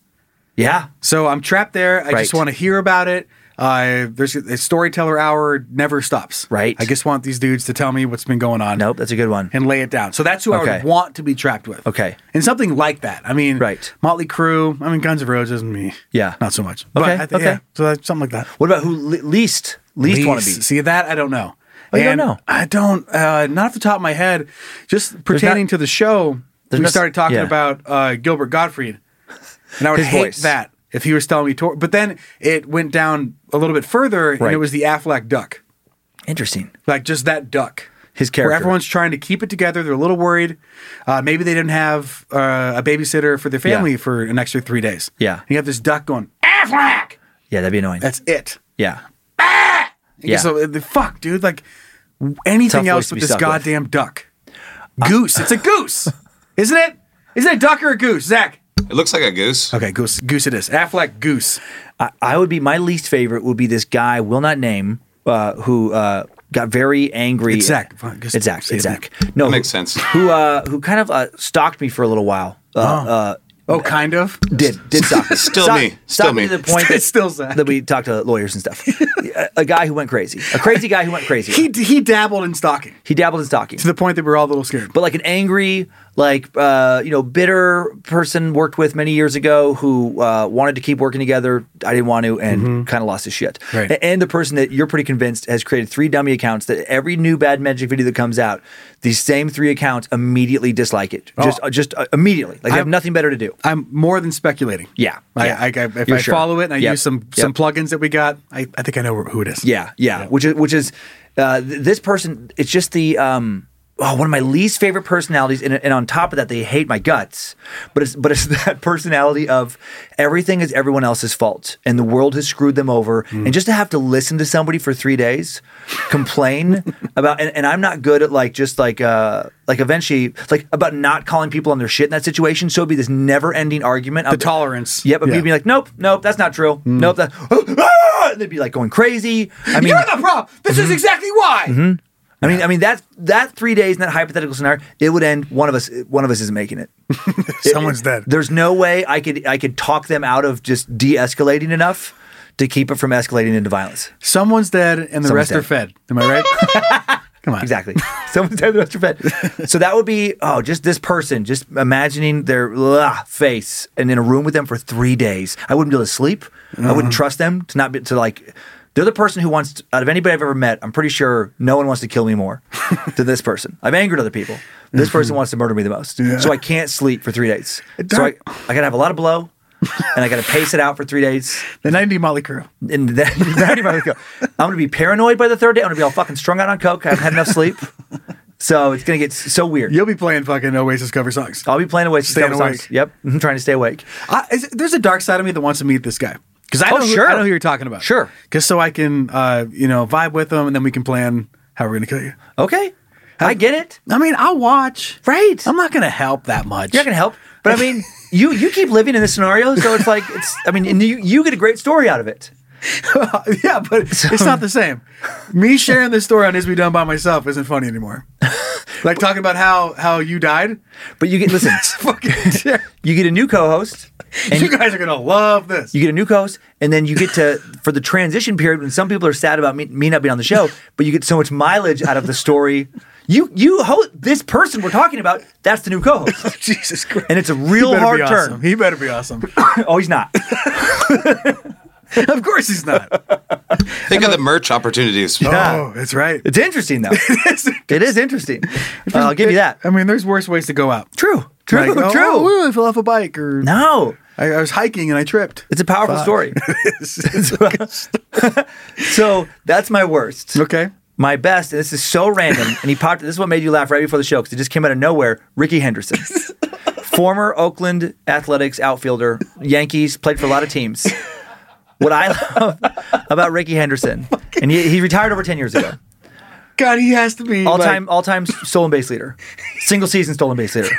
S5: Yeah.
S4: So I'm trapped there. I
S5: Right.
S4: just want to hear about it. Uh, there's a storyteller hour never stops.
S5: Right.
S4: I just want these dudes to tell me what's been going on.
S5: Nope, that's a good one.
S4: And lay it down. So that's who I
S5: Okay.
S4: would want to be trapped with.
S5: Okay.
S4: And something like that. I mean,
S5: Right.
S4: Motley Crue. I mean, Guns N' Roses and me.
S5: Yeah.
S4: Not so much.
S5: Okay,
S4: I thi-
S5: okay.
S4: Yeah, so that's something like that.
S5: What about who le- least least, want to be?
S4: See that I don't know.
S5: Oh, you don't
S4: And
S5: know.
S4: I don't. Uh, not off the top of my head. Just pertaining
S5: not-
S4: to the show, we
S5: there's no-
S4: started talking
S5: yeah.
S4: about uh, Gilbert Gottfried, and I would
S5: His
S4: hate
S5: voice.
S4: that if he was telling me. To- but then it went down a little bit further, and
S5: Right.
S4: it was the Affleck duck,
S5: Interesting.
S4: like just that duck.
S5: His
S4: Where
S5: character.
S4: everyone's trying to keep it together, they're a little worried. Uh, maybe they didn't have uh, a babysitter for their family
S5: Yeah.
S4: for an extra three days.
S5: Yeah.
S4: and you have this duck going.
S5: Yeah, that'd be annoying.
S4: That's it.
S5: yeah.
S4: Yeah.
S5: Yeah.
S4: So uh, the fuck, dude, like anything
S5: Tough voice
S4: else
S5: to
S4: but
S5: be
S4: this
S5: stuck with. Uh,
S4: goddamn duck. Goose. It's a goose, isn't it? Isn't it a duck or a goose, Zach?
S6: It looks like a goose.
S4: Okay, goose. Goose it is. Affleck goose.
S5: I, I would be my least favorite would be this guy will not name uh, who uh, got very angry.
S4: It's Zach. Fine, just
S5: It's Zach.
S4: say
S5: It's
S4: his
S5: Zach. No,
S6: That makes
S5: who-
S6: sense.
S5: Who uh, who kind of uh, stalked me for a little while? Uh, uh,
S4: Oh, kind of.
S5: did did stop me.
S6: Still
S5: Stop-
S6: me.
S5: stop
S6: Still me.
S5: to the point that,
S4: Still Zach.
S5: that we talked to lawyers and stuff. a, a guy who went crazy, a crazy guy who went crazy.
S4: He he dabbled in stalking
S5: he dabbled in stalking.
S4: to the point that we were all a little scared.
S5: but like an angry, like uh, you know, bitter person worked with many years ago who uh, wanted to keep working together. I didn't want to, and kind of lost his shit.
S4: Right.
S5: A- And the person that you're pretty convinced has created three dummy accounts that every new bad magic video that comes out, these same three accounts immediately dislike it. Just, uh, just uh, immediately. Like they have
S4: I'm-
S5: nothing better to do.
S4: I'm more than speculating.
S5: Yeah,
S4: I,
S5: yeah.
S4: I, I, if
S5: You're
S4: I
S5: sure.
S4: follow it and I
S5: Yep,
S4: use some
S5: yep.
S4: some plugins that we got, I, I think I know who it is.
S5: Yeah, yeah. Which is which is uh, th- this person. It's just the um, oh, one of my least favorite personalities, and, and on top of that, they hate my guts. But it's but it's that personality of everything is everyone else's fault, and the world has screwed them over, and just to have to listen to somebody for three days complain about, and, and I'm not good at like just like uh like eventually like about not calling people on their shit in that situation. So it'd be this never ending argument.
S4: The tolerance.
S5: Yep, but
S4: Yeah. Mm.
S5: people be like, nope, nope, that's not true. Nope, that. Ah!" and they'd be like going crazy. I mean, Mm-hmm.
S4: You're the problem. This is exactly why.
S5: I mean, I mean that that three days in that hypothetical scenario, it would end. One of us, one of us isn't making it.
S10: Someone's dead.
S5: There's no way I could I could talk them out of just de-escalating enough to keep it from escalating into violence.
S4: Someone's dead and the
S5: Someone's
S4: rest
S5: dead.
S4: are fed. Am I right?
S5: Exactly. Someone's dead. The rest are fed. So that would be oh, just this person, just imagining their blah, face and in a room with them for three days. I wouldn't be able to sleep. I wouldn't trust them to not be to like. They're the person who wants out of anybody I've ever met. I'm pretty sure no one wants to kill me more than this person. I've angered other people. This person wants to murder me the most. So I can't sleep for three days. So I, I gotta have a lot of blow, and I gotta pace it out for three days
S4: the 90 Molly Crew.
S5: and then that anybody would go, I'm gonna be paranoid by the third day. I'm gonna be all fucking strung out on coke. I haven't had enough sleep, so it's gonna get s- so weird.
S4: You'll be playing fucking Oasis cover songs.
S5: I'll be playing away.
S4: Staying awake.
S5: Yep, I'm trying to stay awake.
S4: I, is, there's a dark side of me that wants to meet this guy because I
S5: Oh,
S4: know who,
S5: sure.
S4: I know who you're talking about.
S5: Sure.
S4: because so I can uh, you know vibe with him and then we can plan how we're gonna kill you.
S5: Okay, I get it.
S4: I mean, I'll watch.
S5: Right.
S4: I'm not gonna help that much.
S5: You're not gonna help, but I mean, you you keep living in this scenario, so it's like it's. I mean, and you you get a great story out of it.
S4: yeah, but it's not the same. Me sharing this story on Is We Done by myself isn't funny anymore. like talking about how how you died.
S5: But you get listen,
S4: Fucking,
S5: you get a new co-host, and
S4: you guys are gonna love this.
S5: you get a new co-host, and then you get to for the transition period when some people are sad about me, me not being on the show, but you get so much mileage out of the story. You you ho- this person we're talking about, that's the new co-host,
S4: Jesus Christ.
S5: and it's a real
S4: better
S5: hard
S4: be
S5: turn.
S4: awesome. He better be awesome.
S5: oh, he's not.
S4: of course he's not.
S6: Think of the merch opportunities.
S4: Oh, that's right.
S5: It's interesting though. it is. interesting. Uh, I'll give you that.
S4: I mean, there's worse ways to go out.
S5: True. True.
S4: Like, oh,
S5: true.
S4: oh, I fell off a bike, or
S5: no.
S4: I, I was hiking and I tripped.
S5: It's a powerful
S4: Fuck.
S5: story. so that's my worst.
S4: Okay.
S5: My best, and this is so random, and he popped. This is what made you laugh right before the show because it just came out of nowhere. Ricky Henderson, former Oakland Athletics outfielder, Yankees, played for a lot of teams. What I love about Ricky Henderson, and he, he retired over ten years ago,
S4: God, he has to be
S5: all
S4: like,
S5: time all time stolen base leader, single season stolen base leader,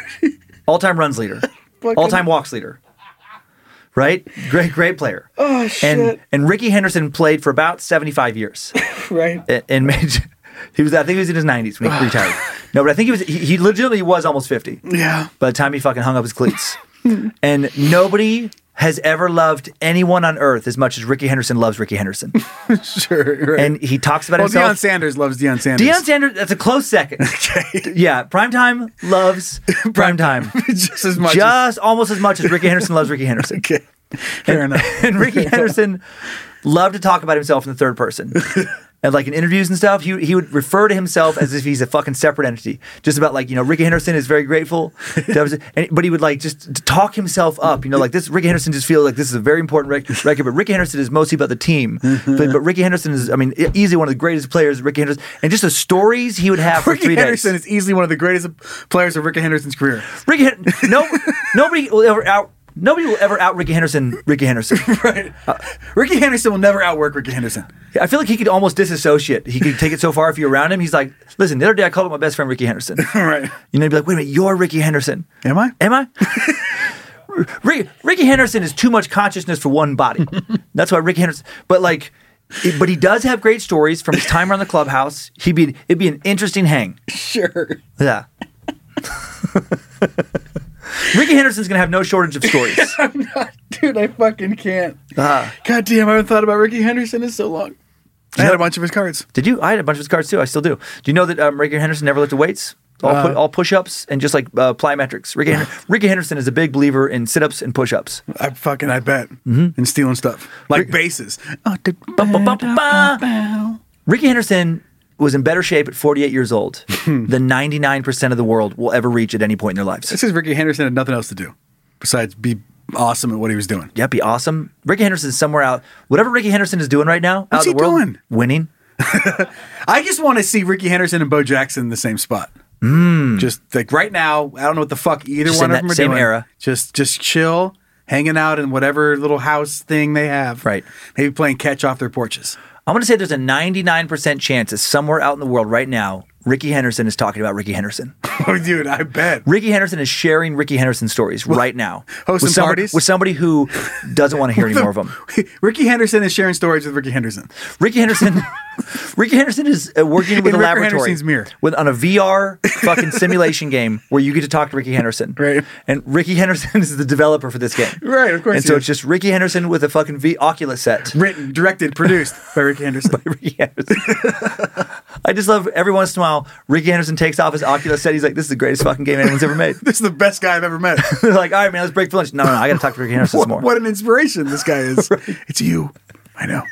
S5: all time runs leader, all time walks leader. Right, great great player. Oh shit! And, and Ricky Henderson played for about seventy five years.
S4: right.
S5: and- and made he was I think he was in his 90s when he retired. No, but I think he was he, he legitimately was almost 50
S4: Yeah.
S5: by the time he fucking hung up his cleats. and nobody has ever loved anyone on earth as much as Ricky Henderson loves Ricky Henderson.
S4: Sure. Right.
S5: And he talks about
S4: well,
S5: himself.
S4: Deion Sanders loves Deion Sanders.
S5: Deion Sanders, that's a close second. Yeah, primetime loves primetime.
S4: just as much. as-
S5: Just almost as much as Ricky Henderson loves Ricky Henderson.
S4: okay. Fair enough.
S5: and Ricky Henderson loved to talk about himself in the third person. And like in interviews and stuff, he, he would refer to himself as if he's a fucking separate entity. Just about like, you know, Ricky Henderson is very grateful. That was, and, but he would like just t- talk himself up. You know, like this, Ricky Henderson just feels like this is a very important rec- record. But Ricky Henderson is mostly about the team.
S4: Mm-hmm.
S5: But, but Ricky Henderson is, I mean, e- easily one of the greatest players, Ricky Henderson. And just the stories he would have for
S4: Ricky
S5: three
S4: Henderson
S5: days.
S4: is easily one of the greatest players of Ricky Henderson's career.
S5: Ricky, Hen- no, nobody will ever out. Nobody will ever out Ricky Henderson. Ricky Henderson.
S4: Right.
S5: Uh,
S4: Ricky Henderson will never outwork Ricky Henderson.
S5: I feel like he could almost disassociate. He could take it so far if you're around him. He's like, listen, the other day I called up my best friend Ricky Henderson.
S4: Right.
S5: You know, he'd be like, wait a minute, you're Ricky Henderson.
S4: Am I?
S5: Am I? Ricky, Ricky Henderson is too much consciousness for one body. That's why Ricky Henderson. But like, it- but he does have great stories from his time around the clubhouse. He'd be it'd be an interesting hang.
S4: Sure.
S5: Yeah. Ricky Henderson's gonna have no shortage of stories.
S8: Dude, I fucking can't.
S5: Ah.
S8: God damn, I haven't thought about Ricky Henderson in so long.
S4: I had a bunch of his cards.
S5: Did you? I had a bunch of his cards too. I still do. Do you know that um, Ricky Henderson never lifted weights? All,
S4: Uh.
S5: pu- all push-ups and just like uh, plyometrics. Ricky, Hen- Ricky Henderson is a big believer in sit-ups and push-ups.
S4: I fucking I bet
S5: Mm-hmm.
S4: and stealing stuff like bases. Oh, did-
S5: Ba-ba-ba-ba-ba. Ricky Henderson was in better shape at 48 years old than 99% of the world will ever reach at any point in their lives.
S4: This is Ricky Henderson had nothing else to do besides be awesome at what he was doing.
S5: Yep, be awesome. Ricky Henderson's somewhere out. Whatever Ricky Henderson is doing right now,
S4: What's
S5: out in
S4: he
S5: the world,
S4: doing?
S5: winning.
S4: I just want to see Ricky Henderson and Bo Jackson in the same spot. Just like right now, I don't know what the fuck either
S5: Mm. Just
S4: one of
S5: in that
S4: them are
S5: same
S4: doing.
S5: era.
S4: Just just chill, hanging out in whatever little house thing they have.
S5: Right.
S4: Maybe playing catch off their porches.
S5: I'm going to say there's a 99% chance that somewhere out in the world right now, Ricky Henderson is talking about Ricky Henderson.
S4: Oh, dude, I bet.
S5: Ricky Henderson is sharing Ricky Henderson stories right now.
S4: hosting
S5: with somebody,
S4: parties?
S5: With somebody who doesn't want to hear any more of them.
S4: Ricky Henderson is sharing stories with Ricky Henderson.
S5: Ricky Henderson. Ricky Henderson is uh, working with
S4: In
S5: a
S4: Ricky
S5: laboratory
S4: Henderson's mirror.
S5: with on a VR fucking simulation game where you get to talk to Ricky Henderson.
S4: Right.
S5: And Ricky Henderson is the developer for this game.
S4: Right, of course
S5: And
S4: he
S5: so
S4: is.
S5: it's just Ricky Henderson with a fucking V Oculus set.
S4: Written, directed, produced by Ricky Henderson.
S5: Ricky Henderson. I just love every once in a while Ricky Henderson takes off his Oculus set. He's like, "This is the greatest fucking game anyone's ever made."
S4: this is the best guy I've ever met.
S5: They're like, "All right, man, let's break for lunch." No, no, no I got to talk to Ricky Henderson
S4: what,
S5: some more.
S4: what an inspiration this guy is. It's you. I know.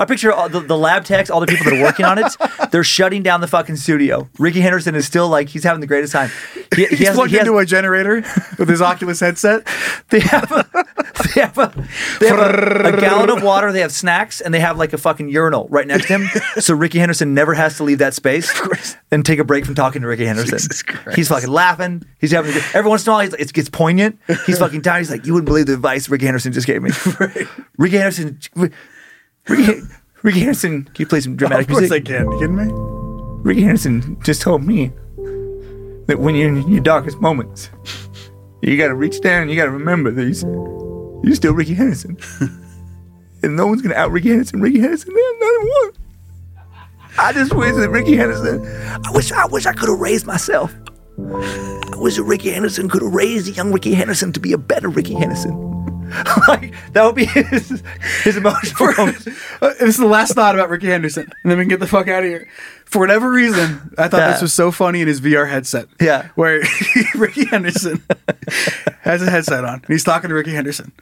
S5: I picture all the, the lab techs, all the people that are working on it. They're shutting down the fucking studio. Ricky Henderson is still like he's having the greatest time. He, he
S4: He's
S5: has-
S4: plugged
S5: he has-
S4: into a generator with his Oculus headset.
S5: they have a, they have, a, they have a, a gallon of water. They have snacks, and they have like a fucking urinal right next to him. so Ricky Henderson never has to leave that space and take a break from talking to Ricky Henderson. He's fucking laughing. He's having a good- every once in a while. He's, it gets poignant. He's fucking tired. He's like, you wouldn't believe the advice Ricky Henderson just gave me. Ricky Henderson. Ricky, Ricky Henderson, can you play some dramatic
S4: Of course
S5: music?
S4: I can. You kidding me?
S5: Ricky Henderson just told me that when you're in your darkest moments, you gotta reach down and you gotta remember that you're, you're still Ricky Henderson. and no one's gonna out Ricky Henderson. Ricky Henderson, there's another one. I just wish that Ricky Henderson, I wish I wish I could have raised myself. I wish that Ricky Henderson could have raised young Ricky Henderson to be a better Ricky Henderson. like, that would be his, his emotional moment.
S4: Uh, this is the last thought about Ricky Henderson, and then we can get the fuck out of here. For whatever reason, I thought this
S5: Yeah.
S4: was so funny in his VR headset.
S5: Yeah.
S4: where Ricky Henderson has a headset on and he's talking to Ricky Henderson,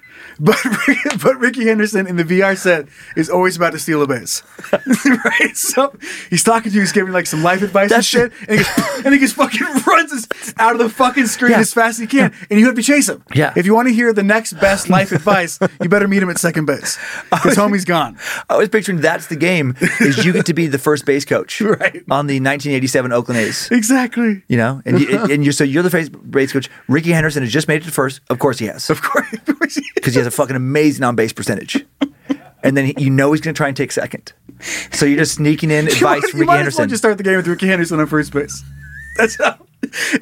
S4: but but Ricky Henderson in the VR set is always about to steal a base, right? So he's talking to you, he's giving like some life advice
S5: That's-
S4: and shit, and he, just, and he just fucking runs as- out of the fucking screen
S5: Yeah.
S4: as fast as he can, and you have to chase him.
S5: Yeah.
S4: if you want to hear the next best life advice, you better meet him at second base because homie's gone.
S5: I was picturing that's the game is you get to be the first base coach right. on the 1987 Oakland A's.
S4: Exactly.
S5: You know, and you, and you so you're the face, base coach. Ricky Henderson has just made it to first. Of course he has,
S4: Of course. of course he is.
S5: because he has a fucking amazing on base percentage. And then he, you know he's going to try and take second. So you're just sneaking in
S4: You
S5: advice
S4: might-
S5: from
S4: you
S5: Ricky
S4: might as well
S5: Henderson.
S4: just start the game with Ricky Henderson on first base. That's how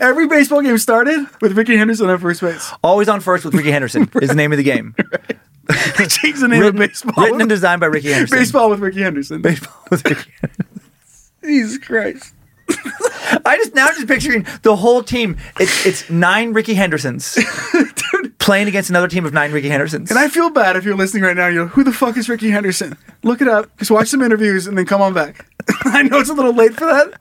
S4: every baseball game started with Ricky Henderson on first base.
S5: Always on first with Ricky Henderson is the name of the game.
S4: They changed the name
S5: Written,
S4: of baseball.
S5: written and designed by Ricky Henderson.
S4: Baseball with Ricky Henderson. Baseball with Ricky Jesus Christ.
S5: I just now just picturing the whole team. It's it's nine Ricky Hendersons playing against another team of nine Ricky Hendersons.
S4: And I feel bad if you're listening right now. You know who the fuck is Ricky Henderson? Look it up. Just watch some interviews and then come on back. I know it's a little late for that,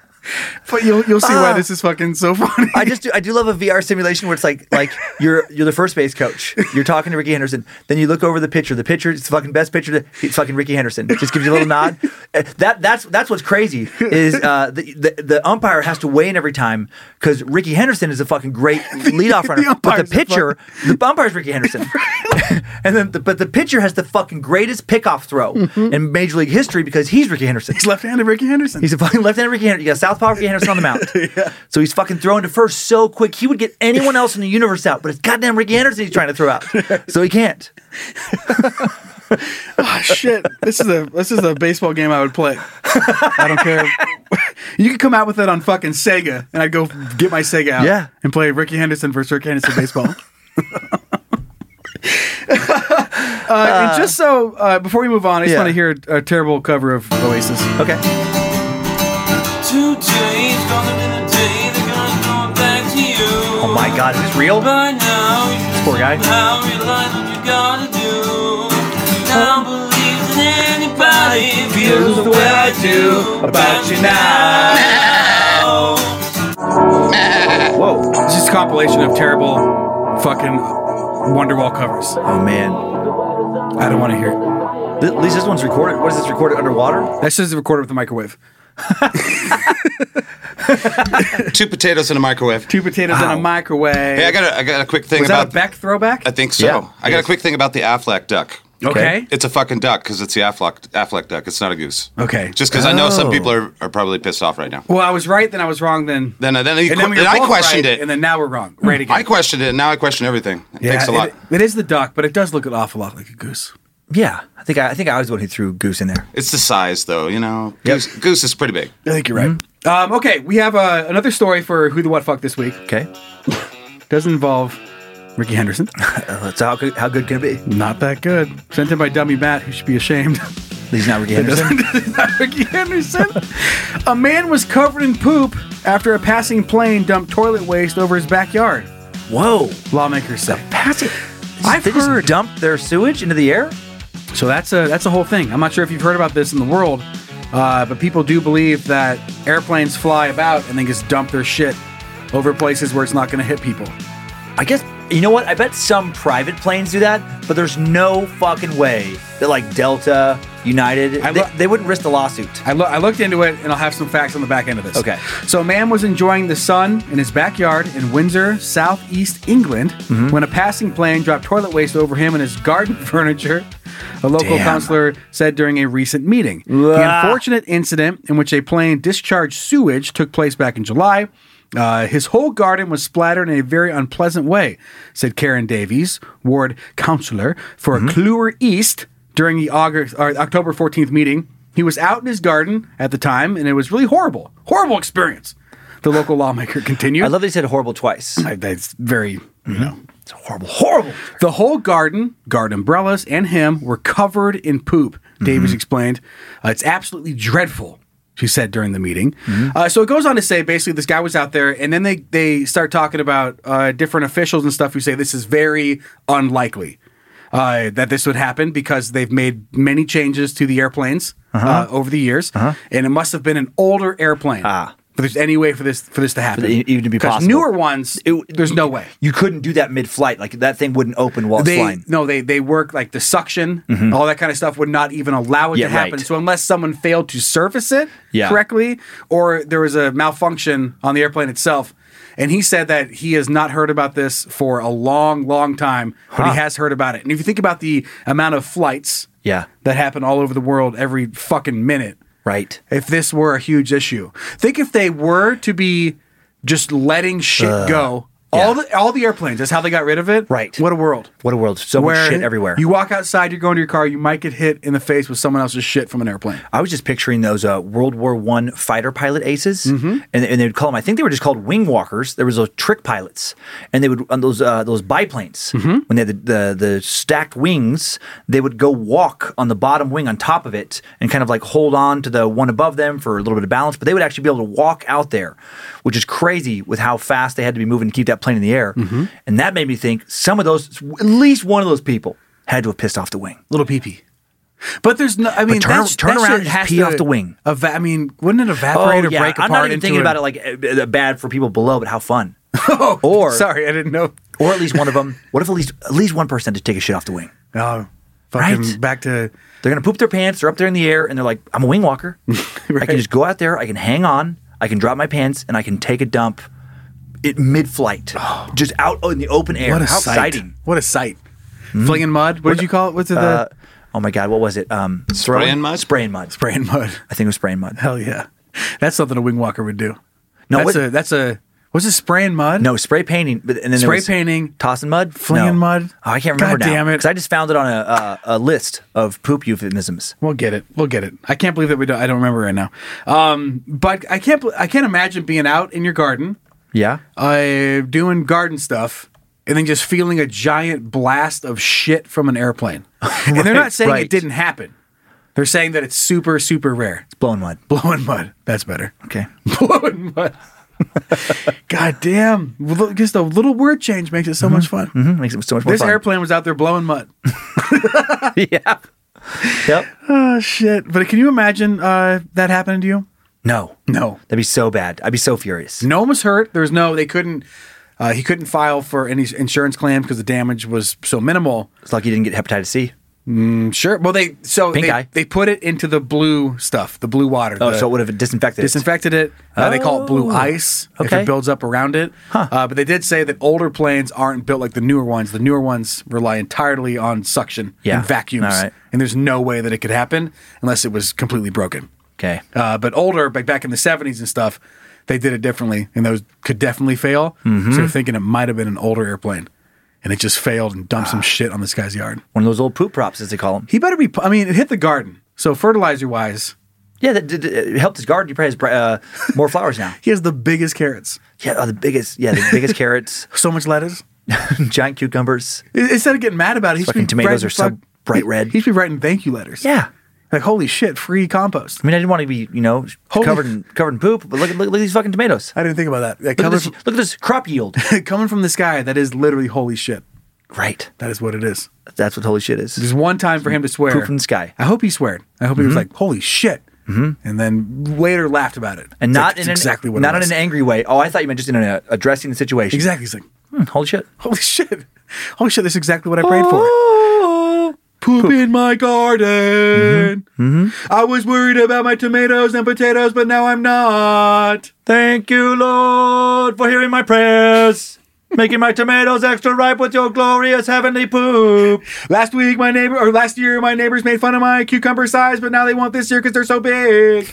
S4: but you'll you'll see why
S5: Ah.
S4: this is fucking so funny.
S5: I just do, I do love a VR simulation where it's like like you're you're the first base coach. You're talking to Ricky Henderson. Then you look over the pitcher. The pitcher it's the fucking best pitcher. To, it's fucking Ricky Henderson. Just gives you a little nod. Uh, That that's that's what's crazy is uh, the, the the umpire has to weigh in every time because Ricky Henderson is a fucking great leadoff runner. but the
S4: umpire's the
S5: pitcher, the umpire's Ricky Henderson. and then the, but the pitcher has the fucking greatest pickoff throw in Major League history because he's Ricky Henderson.
S4: Mm-hmm. He's left-handed Ricky Henderson.
S5: He's a fucking left-handed Ricky Henderson. You got Southpaw Ricky Henderson on the mound. So he's fucking throwing to first so quick. He would get anyone else in the universe out, but it's goddamn Ricky Henderson he's trying to throw out. So he can't.
S4: Ah, shit. This is a this is a baseball game I would play. I don't care. You could come out with it on fucking Sega, and I'd go get my Sega out
S5: Yeah.
S4: and play Ricky Henderson versus Ricky Henderson baseball. uh, and just so uh, before we move on, I just
S5: Yeah.
S4: want to hear a terrible cover of Oasis.
S5: Okay.
S11: Two days, gonna be the day they're gonna come back to you.
S5: Oh my God, is this real? This poor guy. Whoa.
S4: It's just a compilation of terrible fucking Wonderwall covers.
S5: Oh man.
S4: I don't want to hear it.
S5: Th- At least this one's recorded. What is this recorded underwater?
S4: That's just recorded with a microwave.
S6: Two potatoes in a microwave.
S4: Two potatoes in a microwave.
S6: Hey, I got a, I got a quick thing
S4: Was that
S6: about.
S4: a Beck throwback?
S6: I think so.
S5: Yeah.
S6: I got a quick thing about the Affleck duck.
S4: Okay.
S6: It's a fucking duck because it's the Affleck Affleck duck. It's not a goose.
S4: Okay. Oh.
S6: Just because I know some
S5: Oh.
S6: people are, are probably pissed off right now.
S4: Well, I was right, then I was wrong, then.
S6: Then then,
S4: and
S6: you and,
S4: then we were
S6: I
S4: both
S6: questioned
S4: right,
S6: it.
S4: And then now we're wrong. Right again.
S6: I questioned it, and now I question everything. Thanks a lot.
S4: it- it is the duck, but it does look an awful lot like a goose.
S5: Yeah. I think I, I think I was the one who threw Goose in there.
S6: it's the size, though. You know, goose, goose is pretty big.
S4: I think you're right. Um, okay, we have uh, another story for Who the What Fuck this week.
S5: Okay.
S4: Doesn't involve Ricky Henderson.
S5: Uh, so how good, how good can it
S4: Not that good. Sent in by Dummy Matt, who should be ashamed.
S5: be? He's not Ricky Henderson.
S4: Ricky Henderson. a man was covered in poop after a passing plane dumped toilet waste over his backyard.
S5: Whoa.
S4: Lawmakers say.
S5: Pass it.
S4: I've
S5: they
S4: heard-
S5: just dumped their sewage into the air?
S4: So that's a that's a whole thing. I'm not sure if you've heard about this in the world, uh, but people do believe that airplanes fly about and then just dump their shit over places where it's not going to hit people.
S5: I guess you know what? I bet some private planes do that, but there's no fucking way that like Delta, United,
S4: I
S5: they,
S4: lo-
S5: they wouldn't risk the lawsuit.
S4: I, lo- I looked into it, and I'll have some facts on the back end of this.
S5: Okay.
S4: So, a man was enjoying the sun in his backyard in Windsor, southeast England,
S5: Mm-hmm.
S4: when a passing plane dropped toilet waste over him and his garden furniture, a local
S5: Damn.
S4: counselor said during a recent meeting. The
S5: Blah.
S4: unfortunate incident in which a plane discharged sewage took place back in July. Uh, his whole garden was splattered in a very unpleasant way, said Karen Davies, ward counselor for
S5: Mm-hmm.
S4: Cluer East during the August or October 14th meeting. He was out in his garden at the time, and it was really horrible, horrible experience. The local lawmaker continued.
S5: I love that he said horrible twice.
S4: I- that's very you know
S5: It's horrible, horrible.
S4: the whole garden, garden umbrellas, and him were covered in poop, Davies explained. Uh, it's absolutely dreadful, she said during the meeting. Uh, so it goes on to say basically, this guy was out there, and then they, they start talking about uh, different officials and stuff who say this is very unlikely. Uh, that this would happen because they've made many changes to the airplanes uh, over the years, and it must have been an older airplane. Ah. But there's any way for this for this to happen,
S5: the- even to be
S4: 'Cause
S5: possible.
S4: Newer ones, there's no way
S5: You couldn't do that mid-flight. Like that thing wouldn't open while it's
S4: they
S5: flying.
S4: no they they work like the suction all that kind of stuff would not even allow it
S5: Mm-hmm. Yeah,
S4: to happen
S5: right.
S4: so unless someone failed to surface it
S5: Yeah.
S4: correctly or there was a malfunction on the airplane itself and he said that he has not heard about this for a long long time but he has heard about it and if you think about the amount of flights
S5: Yeah.
S4: that happen all over the world every fucking minute
S5: Right.
S4: if this were a huge issue. Think if they were to be just letting shit go. All
S5: Uh, yeah.
S4: the all the airplanes. That's how they got rid of it.
S5: Right.
S4: What a world.
S5: What a world. So much shit everywhere.
S4: You walk outside, you're going to your car, you might get hit in the face with someone else's shit from an airplane.
S5: I was just picturing those uh, World War One fighter pilot aces, and, and they'd call them. I think they were just called wing walkers. There was those trick pilots, and they would on those uh, those biplanes when they had the, the the stacked wings. They would go walk on the bottom wing on top of it and kind of like hold on to the one above them for a little bit of balance. But they would actually be able to walk out there, which is crazy with how fast they had to be moving to keep that plane in the air. And that made me think some of those, at least one of those people, had to have pissed off the wing.
S4: Little pee pee. But there's no. I mean,
S5: turn-
S4: that's,
S5: turn
S4: that
S5: around
S4: shit
S5: and
S4: has
S5: pee
S4: to
S5: off the wing. Oh,
S4: Eva- I mean, wouldn't it evaporate or break apart?
S5: I'm not even
S4: into
S5: thinking
S4: an-
S5: about it like uh, uh, bad for people below, but how fun. or
S4: Sorry, I didn't know.
S5: or at least one of them. What if at least at least one person had to take a shit off the wing?
S4: Oh, fucking
S5: Right.
S4: back to
S5: They're gonna poop their pants. They're up there in the air, and they're like, "I'm a wing walker. I can just go out there. I can hang on. I can drop my pants, and I can take a dump." It mid-flight, just out in the open air.
S4: Oh. what a
S5: How
S4: sight.
S5: exciting! Hmm?
S4: What a sight. Flinging mud. What did you call it? What's it? The
S5: Uh, oh my god, what was it? Um,
S6: Spraying mud?
S5: Spraying mud.
S4: spraying mud.
S5: I think it was spraying mud.
S4: Hell yeah, that's something a wing walker would do.
S5: No,
S4: that's
S5: what-
S4: a that's a what's it spraying mud?
S5: No, spray painting. But and then there
S4: Spray
S5: was
S4: painting.
S5: tossing mud,
S4: Flinging
S5: No.
S4: mud.
S5: Oh, I can't
S4: God
S5: remember now.
S4: damn it.
S5: 'cause I just found it on a, a a list of poop euphemisms.
S4: we'll get it. We'll get it. I can't believe that we don't. I don't remember right now. Um, but I can't. bel- I can't imagine being out in your garden,
S5: Yeah.
S4: uh, doing garden stuff. And then just feeling a giant blast of shit from an airplane. and they're not
S5: Right,
S4: saying it
S5: right.
S4: didn't happen. They're saying that it's super, super rare.
S5: Blown mud.
S4: Blowing mud. That's better.
S5: Okay.
S4: Blowing mud. God damn. Well, look, Just a little word change makes it so much fun.
S5: Mhm, Makes it so much more
S4: This
S5: fun.
S4: airplane was out there blowing mud.
S5: yeah. Yep.
S4: oh, shit. But can you imagine uh, that happening to you?
S5: No.
S4: No.
S5: That'd be so bad. I'd be so furious.
S4: No one was hurt. There was no, they couldn't, uh, he couldn't file for any insurance claim because the damage was so minimal.
S5: It's like you didn't get hepatitis C.
S4: Sure. Well, they, so
S5: Pink
S4: they,
S5: eye.
S4: they put it into the blue stuff, the blue water.
S5: Oh,
S4: the-
S5: so it would have disinfected. it. Oh.
S4: disinfected it. Uh, They call it blue ice if
S5: Okay.
S4: it builds up around it. Uh, but they did say that older planes aren't built like the newer ones. The newer ones rely entirely on suction
S5: Yeah.
S4: and vacuums,
S5: All right.
S4: and there's no way that it could happen unless it was completely broken.
S5: Okay.
S4: Uh, but older, like back in the '70s and stuff, they did it differently, and those could definitely fail.
S5: Mm-hmm.
S4: So they're thinking it might have been an older airplane, and it just failed and dumped
S5: Ah.
S4: some shit on this guy's yard.
S5: One of those old poop props, as they call them.
S4: He better be. I mean, it hit the garden. So fertilizer wise,
S5: Yeah, that did, it helped his garden. He probably has br- uh, more flowers now.
S4: he has the biggest carrots.
S5: Yeah, oh, the biggest. Yeah, the biggest carrots,
S4: So much lettuce.
S5: giant cucumbers.
S4: I- Instead of getting mad about it, he should
S5: Fucking
S4: be
S5: tomatoes
S4: writing
S5: are so bright red.
S4: He, should be writing thank you letters.
S5: Yeah.
S4: Like holy shit, free compost.
S5: I mean, I didn't want to be, you know,
S4: Holy-
S5: covered in covered in poop. But look, at- look, look at these fucking tomatoes.
S4: I didn't think about that. That
S5: Look at
S4: coming,
S5: this. Look at this crop yield.
S4: from, coming from the sky, that is literally holy shit.
S5: right.
S4: That is what it is.
S5: That's what holy shit is.
S4: There's one time for him to swear.
S5: Poop from the sky. Mm-hmm.
S4: I hope he sweared. I hope he was like holy shit, and then later laughed about it.
S5: And
S4: It's
S5: not
S4: like, it's
S5: in an,
S4: exactly what
S5: not
S4: it
S5: in
S4: was.
S5: an angry way. Oh, I thought you meant just in a, addressing the situation.
S4: exactly. He's like
S5: Hmm, holy shit.
S4: holy shit, holy shit. This is exactly
S5: Oh,
S4: what I prayed for. Poop, in my garden.
S5: Mm-hmm.
S4: I was worried about my tomatoes and potatoes, but now I'm not.
S5: Thank you, Lord, for hearing my prayers, making my tomatoes extra ripe with your glorious heavenly poop.
S4: Last week, my neighbor, or last year, my neighbors made fun of my cucumber size, but now they want this year because they're so big.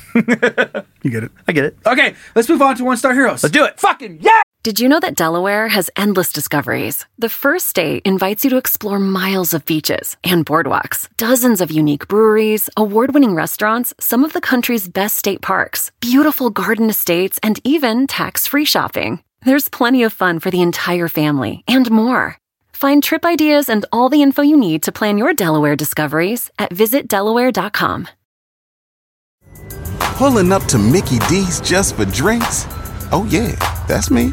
S4: you get it.
S5: I get it.
S4: Okay, let's move on to One Star Heroes.
S5: Let's do it. Fucking yeah.
S1: Did you know that Delaware has endless discoveries? The first state invites you to explore miles of beaches and boardwalks, dozens of unique breweries, award winning restaurants, some of the country's best state parks, beautiful garden estates, and even tax free shopping. There's plenty of fun for the entire family and more. Find trip ideas and all the info you need to plan your Delaware discoveries at visitdelaware.com.
S11: Pulling up to Mickey D's just for drinks? Oh, yeah, that's me.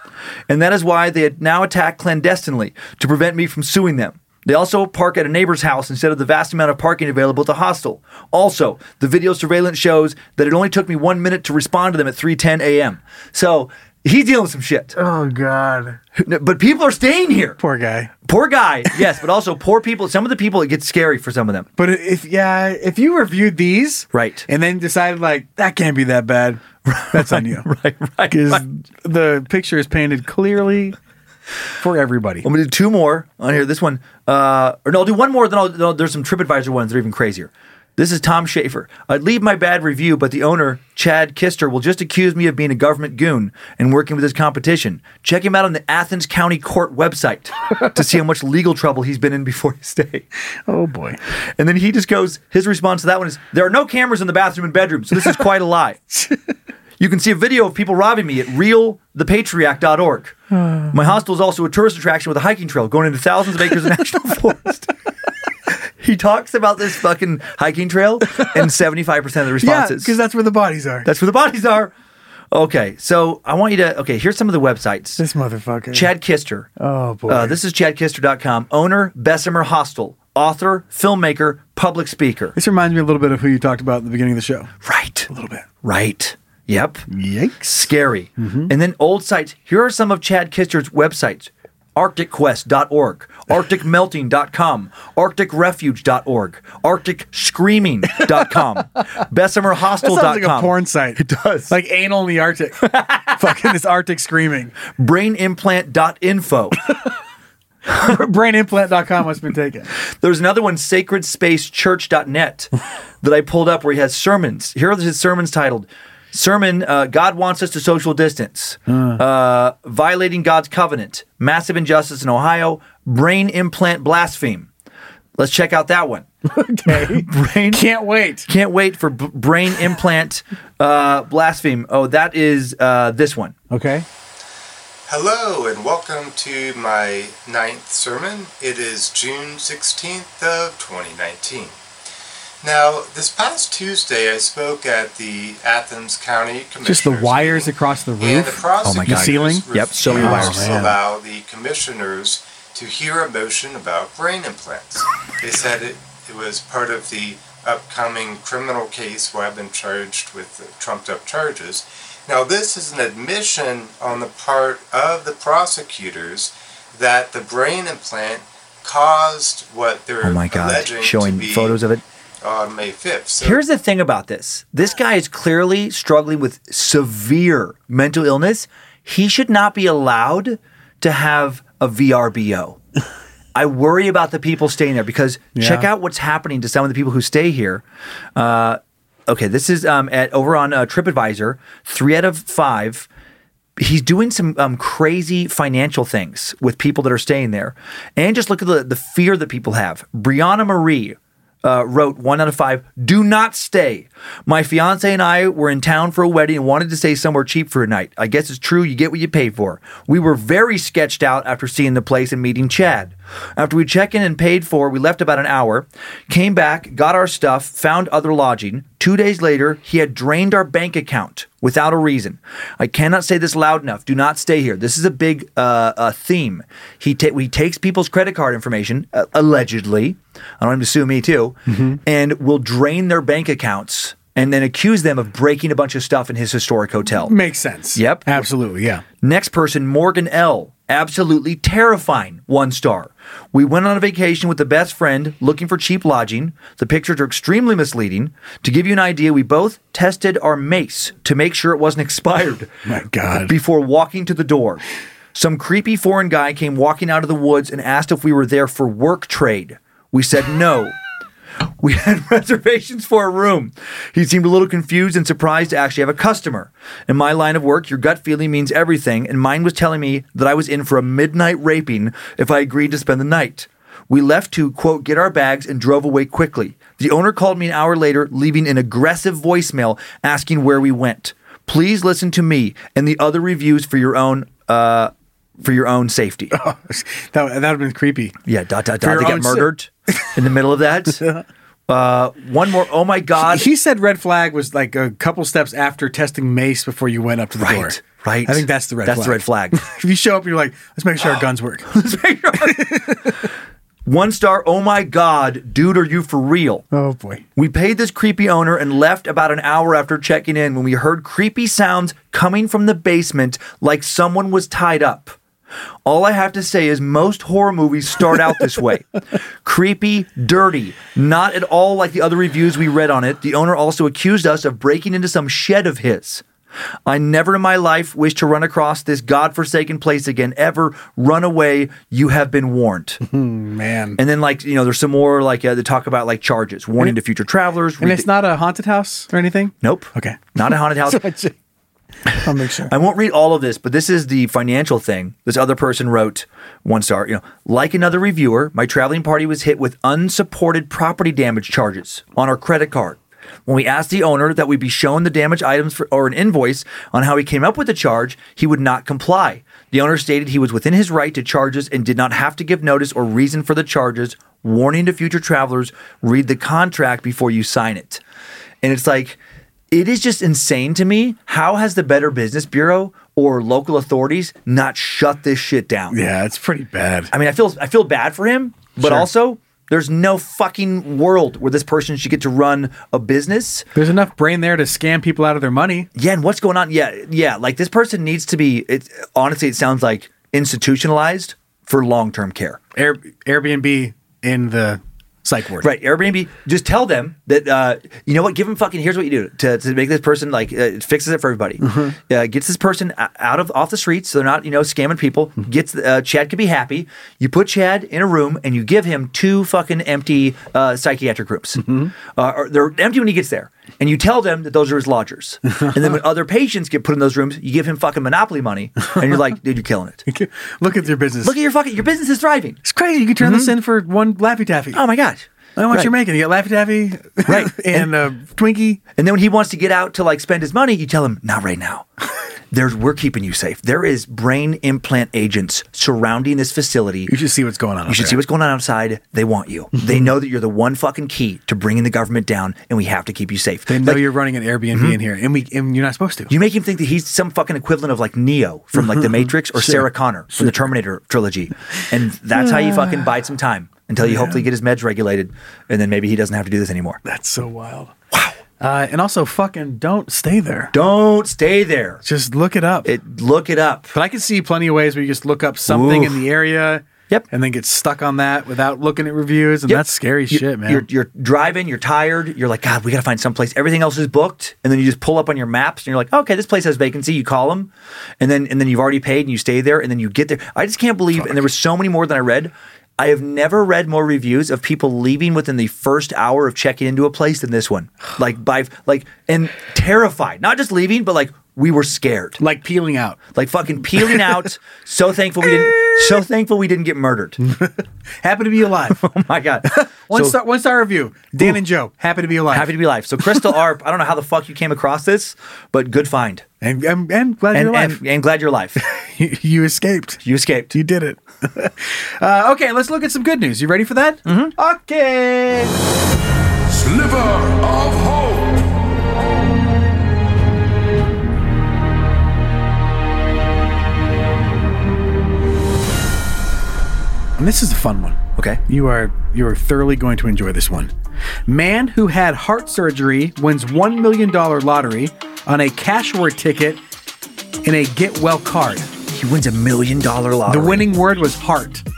S5: and that is why they now attack clandestinely to prevent me from suing them. They also park at a neighbor's house instead of the vast amount of parking available at the hostel. Also, the video surveillance shows that it only took me one minute to respond to them at 3:10 a.m. So He's dealing with some shit.
S4: Oh God,
S5: But people are staying here.
S4: poor guy.
S5: Poor guy, yes, but also poor people. Some of the people, it gets scary for some of them.
S4: But if yeah, if you reviewed these
S5: Right.
S4: and then decided like that can't be that bad, that's on you.
S5: Right, right.
S4: Because
S5: right.
S4: the picture is painted clearly for everybody.
S5: I'm gonna do two more on here. This one, uh, or no, I'll do one more. Then I'll, then I'll- there's some TripAdvisor ones that are even crazier. This is Tom Schaefer. I'd leave my bad review, but the owner, Chad Kister, will just accuse me of being a government goon and working with his competition. Check him out on the Athens County Court website to see how much legal trouble he's been in before his day.
S4: Oh boy.
S5: And then he just goes, his response to that one is, There are no cameras in the bathroom and bedroom, so this is quite a lie. you can see a video of people robbing me at realthepatriarch.org. My hostel is also a tourist attraction with a hiking trail going into thousands of acres of national forest. he talks about this fucking hiking trail, and 75% of the
S4: Yeah,
S5: responses.
S4: because that's where the bodies are.
S5: that's where the bodies are. Okay, so I want you to, okay, here's some of the websites.
S4: this motherfucker.
S5: Mm. Chad Kister.
S4: Oh, boy.
S5: Uh, this is chadkister.com. Owner, Bessemer Hostel. Author, filmmaker, public speaker.
S4: This reminds me a little bit of who you talked about at the beginning of the show.
S5: Right. A little bit. Right. Yep.
S4: Yikes. Mm-hmm.
S5: Scary. And then old sites. Here are some of Chad Kister's websites. ArcticQuest.org, ArcticMelting.com, ArcticRefuge.org, ArcticScreaming.com,
S4: That
S5: BessemerHostel.com.
S4: sounds like a porn site. It does. Like anal in the Arctic. Fucking this Arctic screaming.
S5: BrainImplant.info.
S4: Brainimplant.com must have been taken.
S5: There's another one, sacredspacechurch.net, that I pulled up where he has sermons. Here are his sermons titled Sermon uh, God Wants Us to Social Distance, uh, Violating God's Covenant, Massive Injustice in Ohio, Brain Implant Blaspheme. Let's check out that one.
S4: Okay.
S5: Brain.
S4: Can't wait.
S5: Can't wait for b- brain implant uh, blaspheme. Oh, that is uh, this one.
S4: Okay.
S12: Hello and welcome to my ninth sermon. It is June 16th of 2019. Now, this past Tuesday, I spoke at the Athens County Commissioners.
S4: Just the wires
S12: meeting,
S4: across the
S12: and the
S4: roof. Oh
S12: prosecutors
S5: Oh God. The
S4: ceiling?
S5: Yep, so many
S12: refused
S5: wires.
S12: to
S4: Oh, man.
S12: allow the commissioners to hear a motion about brain implants. they said it, it was part of the upcoming criminal case where I've been charged with trumped up charges. Now, this is an admission on the part of the prosecutors that the brain implant caused what they're
S5: Oh my God.
S12: alleging to
S5: Showing
S12: be
S5: photos of it.
S12: on May 5th. So
S5: Here's the thing about this this guy is clearly struggling with severe mental illness. He should not be allowed to have a VRBO. I worry about the people staying there because check out what's happening to some of the people who stay here. Uh, okay, this is um, at over on uh, TripAdvisor, three out of five. He's doing some um, crazy financial things with people that are staying there. And just look at the, the fear that people have. Brianna Marie uh, wrote one out of five do not stay. My fiance and I were in town for a wedding and wanted to stay somewhere cheap for a night. I guess it's true, you get what you pay for. We were very sketched out after seeing the place and meeting Chad. After we checked in and paid for, we left about an hour, came back, got our stuff, found other lodging. Two days later, he had drained our bank account without a reason. I cannot say this loud enough. Do not stay here. This is a big uh, uh, theme. He, ta- he takes people's credit card information, uh, allegedly. I don't want him to sue me too, and will drain their bank accounts and then accuse them of breaking a bunch of stuff in his historic hotel.
S4: Makes sense.
S5: Yep.
S4: Absolutely. Yeah.
S5: Next person, Morgan L. Absolutely terrifying. One star. We went on a vacation with the best friend looking for cheap lodging. The pictures are extremely misleading. To give you an idea, we both tested our mace to make sure it wasn't expired
S4: My God.
S5: before walking to the door. Some creepy foreign guy came walking out of the woods and asked if we were there for work trade. We said no. We had reservations for a room. He seemed a little confused and surprised to actually have a customer. In my line of work, your gut feeling means everything, and mine was telling me that I was in for a midnight raping if I agreed to spend the night. We left to, quote, get our bags and drove away quickly. The owner called me an hour later, leaving an aggressive voicemail asking where we went. Please listen to me and the other reviews for your own uh, for your own safety.
S4: That would have been creepy.
S5: Yeah, dot dot
S4: For
S5: dot.
S4: your
S5: They
S4: own
S5: get
S4: sa-
S5: murdered in the middle of that. Uh, one more. Oh my God.
S4: He said red flag was like a couple steps after testing mace before you went up to the door.
S5: right. Right.
S4: I think that's the red
S5: That's
S4: flag.
S5: the red flag.
S4: Oh. if you show up and you're like, let's make sure our guns work.
S5: One star, oh my God, dude, are you for real?
S4: Oh boy.
S5: We paid this creepy owner and left about an hour after checking in when we heard creepy sounds coming from the basement like someone was tied up. All I have to say is most horror movies start out this way. Creepy, dirty, not at all like the other reviews we read on it. The owner also accused us of breaking into some shed of his. I never in my life wish to run across this godforsaken place again. Ever run away? You have been warned.
S4: Man.
S5: And then, like you know, there's some more like uh, they talk about like charges, warning to future travelers.
S4: And
S5: read
S4: it's
S5: the-
S4: not a haunted house or anything?
S5: nope.
S4: Okay.
S5: Not a haunted house.
S4: I'll make sure.
S5: I won't read all of this, but this is the financial thing. This other person wrote one star, you know, like another reviewer, my traveling party was hit with unsupported property damage charges on our credit card. When we asked the owner that we be shown the damaged items for, or an invoice on how he came up with the charge, he would not comply. The owner stated he was within his right to charges and did not have to give notice or reason for the charges. Warning to future travelers read the contract before you sign it. And it's like, it is just insane to me. How has the Better Business Bureau or local authorities not shut this shit down?
S4: Yeah, it's pretty bad.
S5: I mean, I feel I feel bad for him, but
S4: Sure.
S5: also there's no fucking world where this person should get to run a business.
S4: There's enough brain there to scam people out of their money.
S5: Yeah, and what's going on? Yeah, yeah. Like this person needs to be. It honestly, it sounds like institutionalized for long term care.
S4: Air, Airbnb in the psych ward.
S5: Right, Airbnb. Just tell them that uh, you know what. Give them fucking. Here's what you do to, to make this person like uh, it fixes it for everybody.
S4: Mm-hmm.
S5: Uh, gets this person o- out of off the streets, so they're not you know scamming people.
S4: Mm-hmm.
S5: Gets uh, Chad could be happy. You put Chad in a room and you give him two fucking empty uh, psychiatric rooms.
S4: Mm-hmm.
S5: Uh, or they're empty when he gets there, and you tell them that those are his lodgers. and then when other patients get put in those rooms, you give him fucking monopoly money, and you're like, dude, you're killing it.
S4: Look at your business. Mm-hmm.
S5: Look at your fucking your business is thriving.
S4: it's crazy. You can turn this in for one Laffy Taffy.
S5: Oh my god.
S4: I want
S5: Right.
S4: you're making. You got Laffy Taffy
S5: Right.
S4: and uh, Twinkie.
S5: And then when he wants to get out to like spend his money, you tell him, not right now. There's, we're keeping you safe. There is brain implant agents surrounding this facility.
S4: You should see what's going on.
S5: You should see what's going on outside. They want you. They know that you're the one fucking key to bringing the government down, and we have to keep you safe.
S4: They know
S5: Like,
S4: you're running an Airbnb in here, and we and you're not supposed to.
S5: you make him think that he's some fucking equivalent of like Neo from like The Matrix or Sarah Connor from the Terminator trilogy, and that's how you fucking bide some time until you hopefully get his meds regulated, and then maybe he doesn't have to do this anymore.
S4: That's so wild. Wow. Uh, and also, fucking don't stay there.
S5: Don't stay there.
S4: Just look it up.
S5: It look it up.
S4: but I can see plenty of ways where you just look up something
S5: Oof.
S4: in the area.
S5: Yep.
S4: And then get stuck on that without looking at reviews, and
S5: Yep.
S4: that's scary
S5: You-
S4: shit, man.
S5: You're, you're driving, you're tired, you're like, God, we got to find someplace. Everything else is booked, and then you just pull up on your maps, and you're like, okay, this place has vacancy. You call them, and then and then you've already paid, and you stay there, and then you get there. I just can't believe, and there were so many more than I read. I have never read more reviews of people leaving within the first hour of checking into a place than this one. Like by like and terrified, not just leaving, but like we were scared,
S4: like peeling out.
S5: like fucking peeling out. so thankful we didn't. So thankful we didn't get murdered.
S4: Happy to be alive.
S5: Oh My God.
S4: One
S5: So-
S4: star, one star review. Dan and Joe, happy to be alive.
S5: Happy to be alive. So Crystal Arp, I don't know how the fuck you came across this, but good find.
S4: and, and, and glad
S5: And,
S4: you're alive.
S5: and, and glad you're alive.
S4: you, you escaped.
S5: You escaped.
S4: You did it. uh, okay, let's look at some good news. You ready for that? Mm-hmm. Okay.
S7: Sliver of hope.
S4: And this is a fun one.
S5: Okay.
S4: You are you are thoroughly going to enjoy this one. Man who had heart surgery wins one million dollar lottery on a cash word ticket in a get well card.
S5: He wins a million dollar lottery.
S4: The winning word was heart.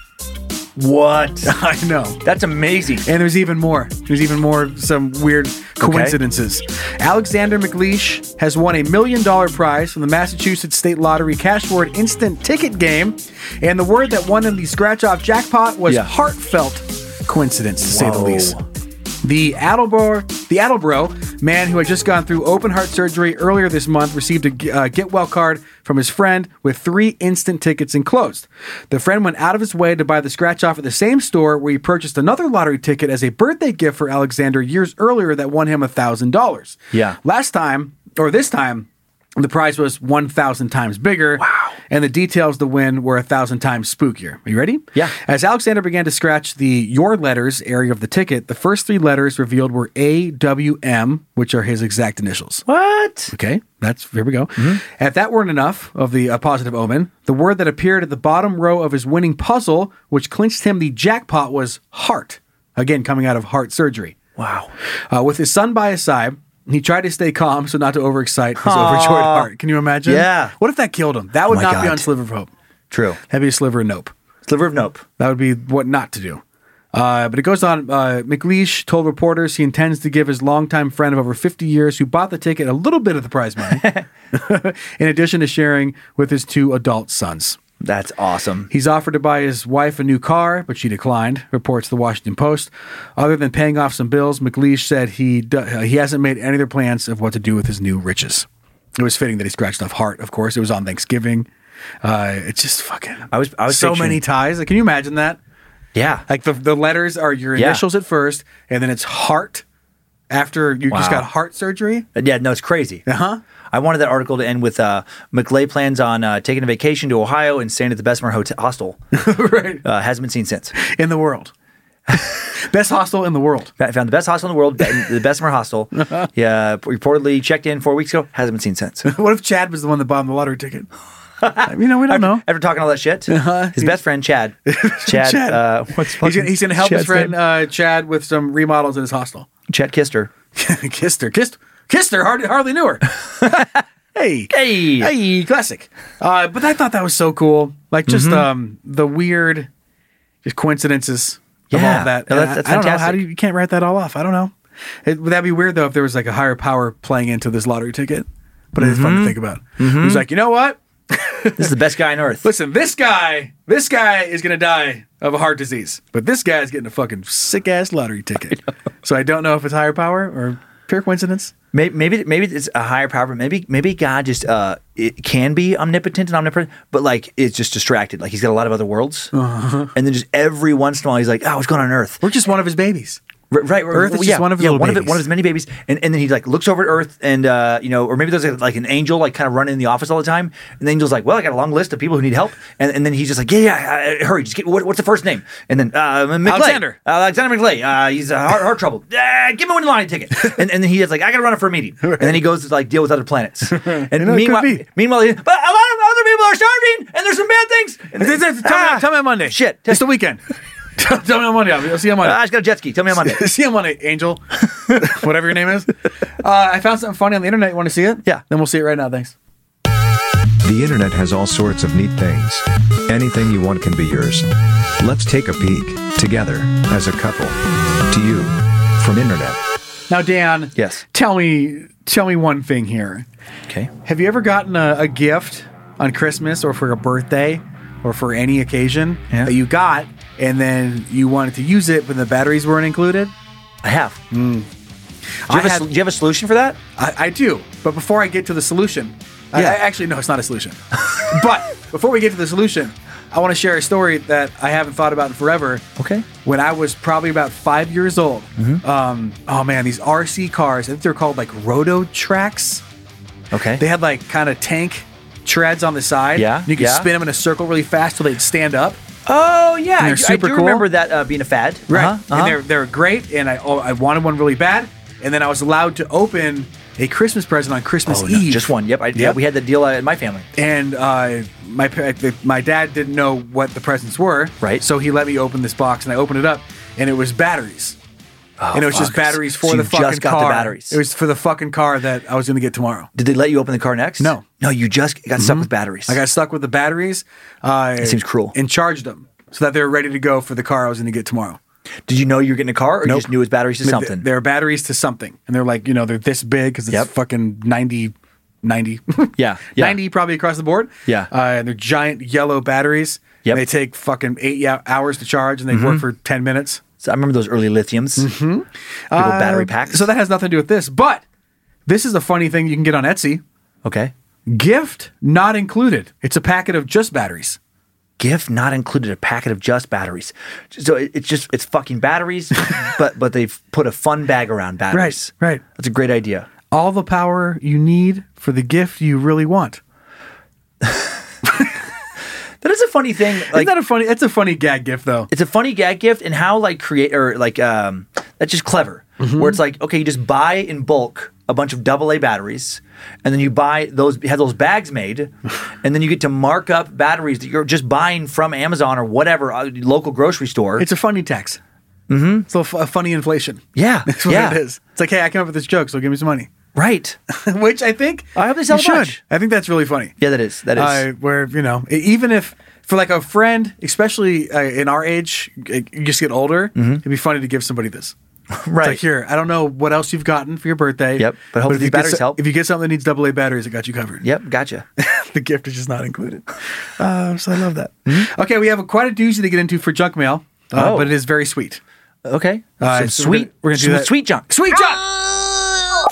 S5: What?
S4: I know.
S5: That's amazing.
S4: And there's even more. There's even more some weird coincidences. Alexander McLeish has won a million dollar prize from the Massachusetts State Lottery cash word instant ticket game. And the word that won him the scratch off jackpot was
S5: Yeah.
S4: heartfelt coincidence, to say the
S5: Whoa.
S4: least. The Attleboro, the Attleboro man who had just gone through open heart surgery earlier this month received a g- uh, get well card from his friend with three instant tickets enclosed. The friend went out of his way to buy the scratch off at the same store where he purchased another lottery ticket as a birthday gift for Alexander years earlier that won him a thousand dollars.
S5: Yeah.
S4: Last time or this time. The prize was 1,000 times bigger. Wow. And the details to win were 1,000 times spookier. Are you ready? Yeah. As Alexander began to scratch the your letters area of the ticket, the first three letters revealed were AWM, which are his exact initials.
S5: What?
S4: Okay. That's here we go. If that weren't enough of the uh, positive omen, the word that appeared at the bottom row of his winning puzzle, which clinched him the jackpot, was heart. Again, coming out of heart surgery.
S5: Wow.
S4: Uh, with his son by his side, he tried to stay calm so not to overexcite his
S5: Aw.
S4: overjoyed heart. Can you imagine?
S5: Yeah. Oh
S4: What if that killed him? That would
S5: my
S4: not be
S5: God.
S4: on Sliver of Hope.
S5: True.
S4: That'd be a sliver of nope.
S5: Sliver of nope.
S4: That would be what not to do. Uh, but it goes on. Uh, McLeish told reporters he intends to give his longtime friend of over 50 years who bought the ticket a little bit of the prize money, in addition to sharing with his two adult sons.
S5: That's awesome.
S4: He's offered to buy his wife a new car, but she declined, reports the Washington Post. Other than paying off some bills, McLeish said he, do- uh, he hasn't made any other plans of what to do with his new riches. It was fitting that he scratched off heart, of course. It was on Thanksgiving. Uh, it's just fucking.
S5: I was I was
S4: so
S5: picturing-
S4: many ties. Like, can you imagine that?
S5: Yeah.
S4: Like the, the letters are your
S5: Yeah.
S4: initials at first, and then it's heart after you just
S5: Wow.
S4: got heart surgery.
S5: Uh, Yeah, no, it's crazy. Uh
S4: Uh-huh.
S5: huh. I wanted that article to end with uh, McLay plans on uh, taking a vacation to Ohio and staying at the Bessemer hotel- Hostel. right. Uh, hasn't been seen since.
S4: In the world. Best hostel in the world.
S5: Fa- Found the best hostel in the world, the Bessemer Hostel.
S4: Uh-huh.
S5: Yeah, reportedly checked in four weeks ago. Hasn't been seen since.
S4: What if Chad was the one that bought him the lottery ticket? you know, we don't know.
S5: After talking all that shit, his best friend Chad. Uh-huh. Chad.
S4: Chad.
S5: Uh, what's
S4: He's gonna,
S5: fucking
S4: he's gonna help his
S5: Chad's
S4: friend
S5: name?
S4: uh, Chad with some remodels at his hostel.
S5: uh, Chad kissed her.
S4: kissed her, kissed, kissed her. Hardly, hardly knew her. hey,
S5: Hey.
S4: hey, classic. Uh, but I thought that was so cool. Like just
S5: Mm-hmm.
S4: um, the weird, just coincidences of all
S5: Yeah.
S4: of that.
S5: No,
S4: And
S5: that's-
S4: I,
S5: that's
S4: I don't know how do
S5: fantastic.
S4: you, you can't write that all off. I don't know. It, would that be weird though if there was like a higher power playing into this lottery ticket? But it's fun to think about.
S5: Mm-hmm.
S4: It was like, you know what?
S5: This is the best guy on earth.
S4: Listen, this guy, this guy is gonna die of a heart disease, but this guy's getting a fucking sick ass lottery ticket. so I don't know if it's higher power or pure coincidence.
S5: Maybe, maybe maybe it's a higher power. Maybe maybe God just uh it can be omnipotent and omnipresent, but like it's just distracted. Like he's got a lot of other worlds, and then just every once in a while he's like, "Oh, what's going on on Earth?"
S4: We're just one of his babies.
S5: R- Right, right,
S4: Earth is
S5: well,
S4: just one of his
S5: yeah,
S4: little
S5: one of it-
S4: babies.
S5: one of his many babies, and, and then he like looks over at Earth, and uh, you know, or maybe there's like, like an angel like kind of running in the office all the time, and the angel's like, "Well, I got a long list of people who need help," and, and then he's just like, "Yeah, yeah, uh, hurry, just get what, what's the first name?" And then uh, McLay,
S4: Alexander.
S5: uh, Alexander McLay, uh, he's uh, heart, heart trouble. Uh, give me one line ticket, and, and then he's like, "I got to run up for a meeting," and then he goes to like deal with other planets, and
S4: could
S5: meanwhile,
S4: be.
S5: meanwhile, he, but a lot of other people are starving, and there's some bad things. And
S4: Tell me,
S5: Ah,
S4: tell me on Monday.
S5: Shit,
S4: it's the weekend. tell, tell me on Monday. I'll, I'll see you on
S5: Uh, I
S4: Monday.
S5: just got a jet ski. Tell me on Monday.
S4: see you on Monday, Angel. Whatever your name is. Uh, I found something funny on the internet. You want to see it?
S5: Yeah.
S4: Then we'll see it right now. Thanks.
S13: The internet has all sorts of neat things. Anything you want can be yours. Let's take a peek, together, as a couple. To you, from Internet.
S4: Now, Dan.
S5: Yes.
S4: Tell me, tell me one thing here.
S5: Okay.
S4: Have you ever gotten a, a gift on Christmas or for a birthday or for any occasion
S5: Yeah.
S4: that you got and then you wanted to use it but the batteries weren't included?
S5: I have. Do
S4: I
S5: you, have a,
S4: had-
S5: sol- do you have a solution for that?
S4: I, I do. But before I get to the solution, I,
S5: Yeah.
S4: I- actually, no, it's not a solution. but before we get to the solution, I want to share a story that I haven't thought about in forever.
S5: Okay. Mm-hmm.
S4: When I was probably about five years old, um, oh man, these RC cars, I think they're called like roto tracks.
S5: Okay.
S4: They had like kind of tank treads on the side.
S5: Yeah,
S4: And you could
S5: yeah.
S4: spin them in a circle really fast so they'd stand up.
S5: oh yeah,
S4: they're
S5: I,
S4: super
S5: I do
S4: cool.
S5: remember that uh, being a fad.
S4: Right.
S5: Uh-huh, uh-huh.
S4: And they're they're great. And I oh, I wanted one really bad. And then I was allowed to open a Christmas present on Christmas
S5: Oh, no,
S4: Eve.
S5: just one. Yep. I, Yeah. We had the deal uh, in my family.
S4: and uh, my pa- the- my dad didn't know what the presents were.
S5: Right.
S4: So he let me open this box, and I opened it up, and it was batteries. and it was just
S5: Oh, fuck.
S4: batteries for
S5: So
S4: the
S5: you just
S4: fucking
S5: got the
S4: car.
S5: batteries.
S4: It was for the fucking car that I was going to get tomorrow.
S5: Did they let you open the car next?
S4: No.
S5: No, you just got stuck with batteries.
S4: I got stuck with the batteries. Uh, it
S5: seems cruel.
S4: And charged them so that they were ready to go for the car I was going to get tomorrow.
S5: Did you know you were getting a car, or you just knew it was batteries to
S4: Th-
S5: something?
S4: They're batteries to something. And they're like, you know, they're this big because it's
S5: Yep.
S4: fucking 90, 90,
S5: Yeah, yeah.
S4: 90 probably across the board.
S5: Yeah.
S4: Uh, and they're giant yellow batteries.
S5: Yep. Mm-hmm.
S4: They take fucking eight ya- hours to charge and they work for 10 minutes. Uh,
S5: So I remember those early lithiums. Mm-hmm. Uh, Big old battery packs.
S4: So that has nothing to do with this. But this is a funny thing you can get on Etsy.
S5: okay.
S4: Gift not included. It's a packet of just batteries.
S5: Gift not included a packet of just batteries. So it, it's just it's fucking batteries, but but they've put a fun bag around batteries.
S4: right.
S5: That's a great idea.
S4: all the power you need for the gift you really want.
S5: That is a funny thing. Like,
S4: Isn't that a funny? It's a funny gag gift, though.
S5: it's a funny gag gift, and how like create or like um that's just clever.
S4: Mm-hmm.
S5: Where it's like okay, you just buy in bulk a bunch of AA batteries, and then you buy those have those bags made, and then you get to mark up batteries that you're just buying from Amazon or whatever uh, local grocery store.
S4: It's a funny tax. Mm-hmm. It's a, f- a funny inflation.
S5: Yeah,
S4: that's what
S5: yeah.
S4: it is. It's like, hey, I came up with this joke, so give me some money.
S5: right.
S4: Which I think
S5: I hope they
S4: you
S5: sell a
S4: should.
S5: bunch.
S4: I think that's really funny.
S5: Yeah, that is that is.
S4: Uh, where you know, e- even if for like a friend, especially uh, in our age, g- you just get older, it'd be funny to give somebody this. It's
S5: Mm-hmm. Right.
S4: like, here, I don't know what else you've gotten for your birthday.
S5: Yep, but hopefully
S4: if
S5: these
S4: you get
S5: batteries
S4: so-
S5: help.
S4: If you get something that needs double A batteries, it got you covered.
S5: Yep, gotcha.
S4: the gift is just not included. Uh, so I love that. Okay, we have a, quite a doozy to get into for junk mail, uh,
S5: Oh.
S4: but it is very sweet.
S5: Okay,
S4: Uh,
S5: Some
S4: so we're
S5: sweet,
S4: gonna- we're gonna do
S5: sweet,
S4: that.
S5: sweet junk.
S4: Sweet junk.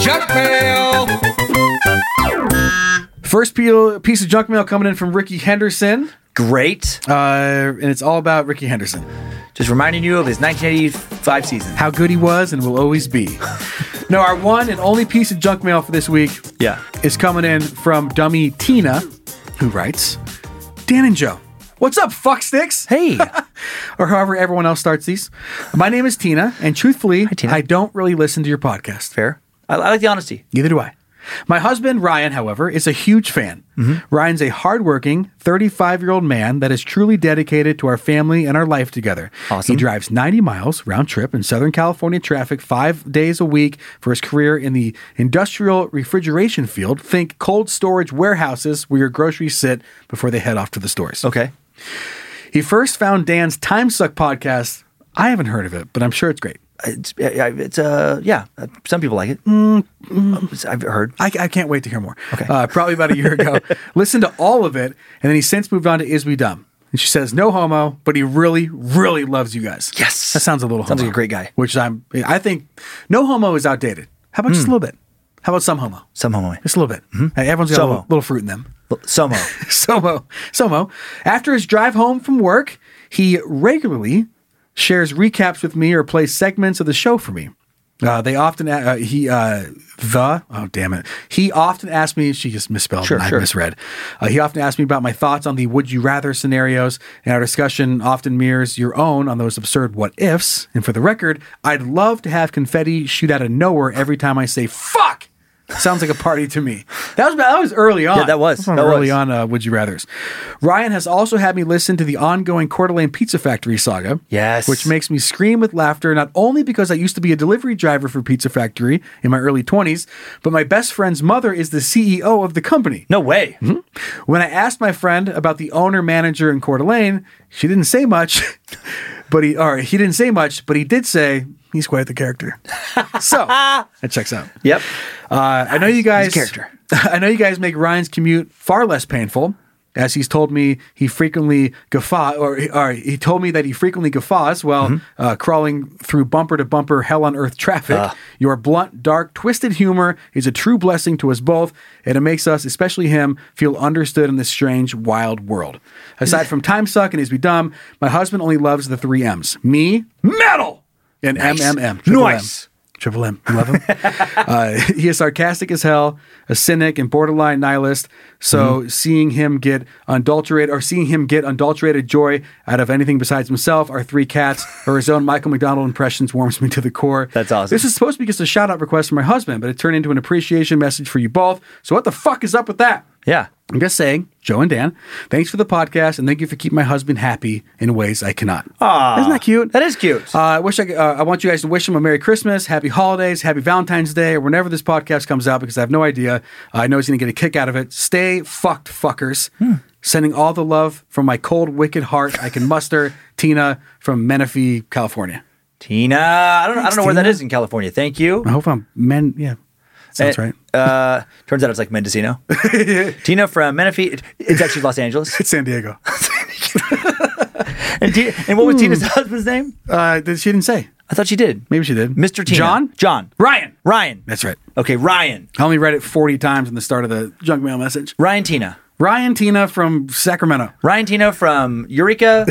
S14: Junk mail.
S4: First peel, piece of junk mail coming in from Ricky Henderson,
S5: Great.
S4: uh, and it's all about Ricky Henderson.
S5: Just reminding you of his 1985 season.
S4: How good he was and will always be. now, our one and only piece of junk mail for this week
S5: Yeah.
S4: is coming in from dummy Tina, who writes, Dan and Joe. What's up, fuck sticks?
S5: Hey.
S4: or however everyone else starts these. My name is Tina, and truthfully, I don't really listen to your podcast.
S5: Fair. I, I like the honesty.
S4: Neither do I. My husband, Ryan, however, is a huge fan.
S5: Mm-hmm.
S4: Ryan's a hardworking 35 year old man that is truly dedicated to our family and our life together.
S5: Awesome.
S4: He drives 90 miles round trip in Southern California traffic five days a week for his career in the industrial refrigeration field. Think cold storage warehouses where your groceries sit before they head off to the stores.
S5: Okay.
S4: He first found Dan's Time Suck podcast. I haven't heard of it, but I'm sure it's great.
S5: It's, yeah, yeah, it's uh, yeah. uh, Some people like it.
S4: Mm,
S5: Uh, I've heard.
S4: I, I can't wait to hear more. Uh, probably about a year ago. Listened to all of it, and then he since moved on to Is We Dumb. And she says, no homo, but he really, really loves you guys.
S5: Yes.
S4: That sounds a little
S5: Sounds
S4: homo,
S5: like a great guy.
S4: Which I'm, I think no homo is outdated. How about
S5: Hmm.
S4: just a little bit? How about some homo?
S5: Some homo.
S4: Just a little bit. Hey, everyone's got a
S5: Mm-hmm. Some
S4: little,
S5: homo.
S4: little fruit in them.
S5: Some homo.
S4: Somo. Somo. After his drive home from work, he regularly shares recaps with me or plays segments of the show for me. Uh, they often uh, he uh, the oh damn it he often asked me she just misspelled
S5: Sure,
S4: and I
S5: sure.
S4: misread. Uh, he often asked me about my thoughts on the would you rather scenarios, and our discussion often mirrors your own on those absurd what ifs. And for the record, I'd love to have confetti shoot out of nowhere every time I say fuck. Sounds like a party to me. That was that was early on.
S5: Yeah, that was.
S4: one
S5: That
S4: of the early
S5: was.
S4: on. Uh, would you rather's. Ryan has also had me listen to the ongoing Coeur d'Alene Pizza Factory saga.
S5: Yes.
S4: Which makes me scream with laughter, not only because I used to be a delivery driver for Pizza Factory in my early 20s, but my best friend's mother is the CEO of the company.
S5: No way.
S4: Mm-hmm. When I asked my friend about the owner manager in Coeur d'Alene, she didn't say much, but he, or he didn't say much, but he did say he's quite the character. so that checks out.
S5: Yep.
S4: Uh, I know you guys.
S5: He's a character.
S4: I know you guys make Ryan's commute far less painful, as he's told me he frequently guffaw, or, or he told me that he frequently guffaws while
S5: Mm-hmm.
S4: uh, crawling through bumper to bumper hell on earth traffic.
S5: Ah.
S4: Your blunt, dark, twisted humor is a true blessing to us both, and it makes us, especially him, feel understood in this strange, wild world. Aside from time suck and is we dumb, my husband only loves the three M's: me, metal, and MMM. Triple M.
S5: Nice.
S4: Triple M. You love him. uh, he is sarcastic as hell, a cynic and borderline nihilist. So
S5: Mm-hmm.
S4: seeing him get adulterated or seeing him get adulterated joy out of anything besides himself, our three cats, or his own Michael McDonald impressions warms me to the core.
S5: That's awesome.
S4: This is supposed to be just a shout out request from my husband, but it turned into an appreciation message for you both. So what the fuck is up with that?
S5: Yeah.
S4: I'm just saying, Joe and Dan, thanks for the podcast and thank you for keeping my husband happy in ways I cannot. Aww. Isn't that cute?
S5: That is cute.
S4: Uh, I wish I, could- uh, I want you guys to wish him a Merry Christmas, Happy Holidays, Happy Valentine's Day, or whenever this podcast comes out, because I have no idea. I know he's going to get a kick out of it. Stay fucked, fuckers. Sending all the love from my cold, wicked heart I can muster, Tina from Menifee, California.
S5: Tina. I don't. know. I don't know where that
S4: Tina.
S5: is in California. Thank you.
S4: I hope I'm men. Yeah, sounds
S5: Eh,
S4: Oh, right.
S5: Uh, turns out it's like Mendocino. Tina from Menifee. It's actually Los Angeles.
S4: It's San Diego.
S5: And, Ti- and what was Tina's husband's name?
S4: Uh, th- she didn't say.
S5: I thought she did.
S4: Hmm. Maybe she did.
S5: Mr. Tina.
S4: John?
S5: John.
S4: Ryan.
S5: Ryan.
S4: That's right.
S5: Okay, Ryan.
S4: I only read it 40 times in the start of the junk mail message.
S5: Ryan Tina.
S4: Ryan Tina from Sacramento.
S5: Ryan Tina from Eureka,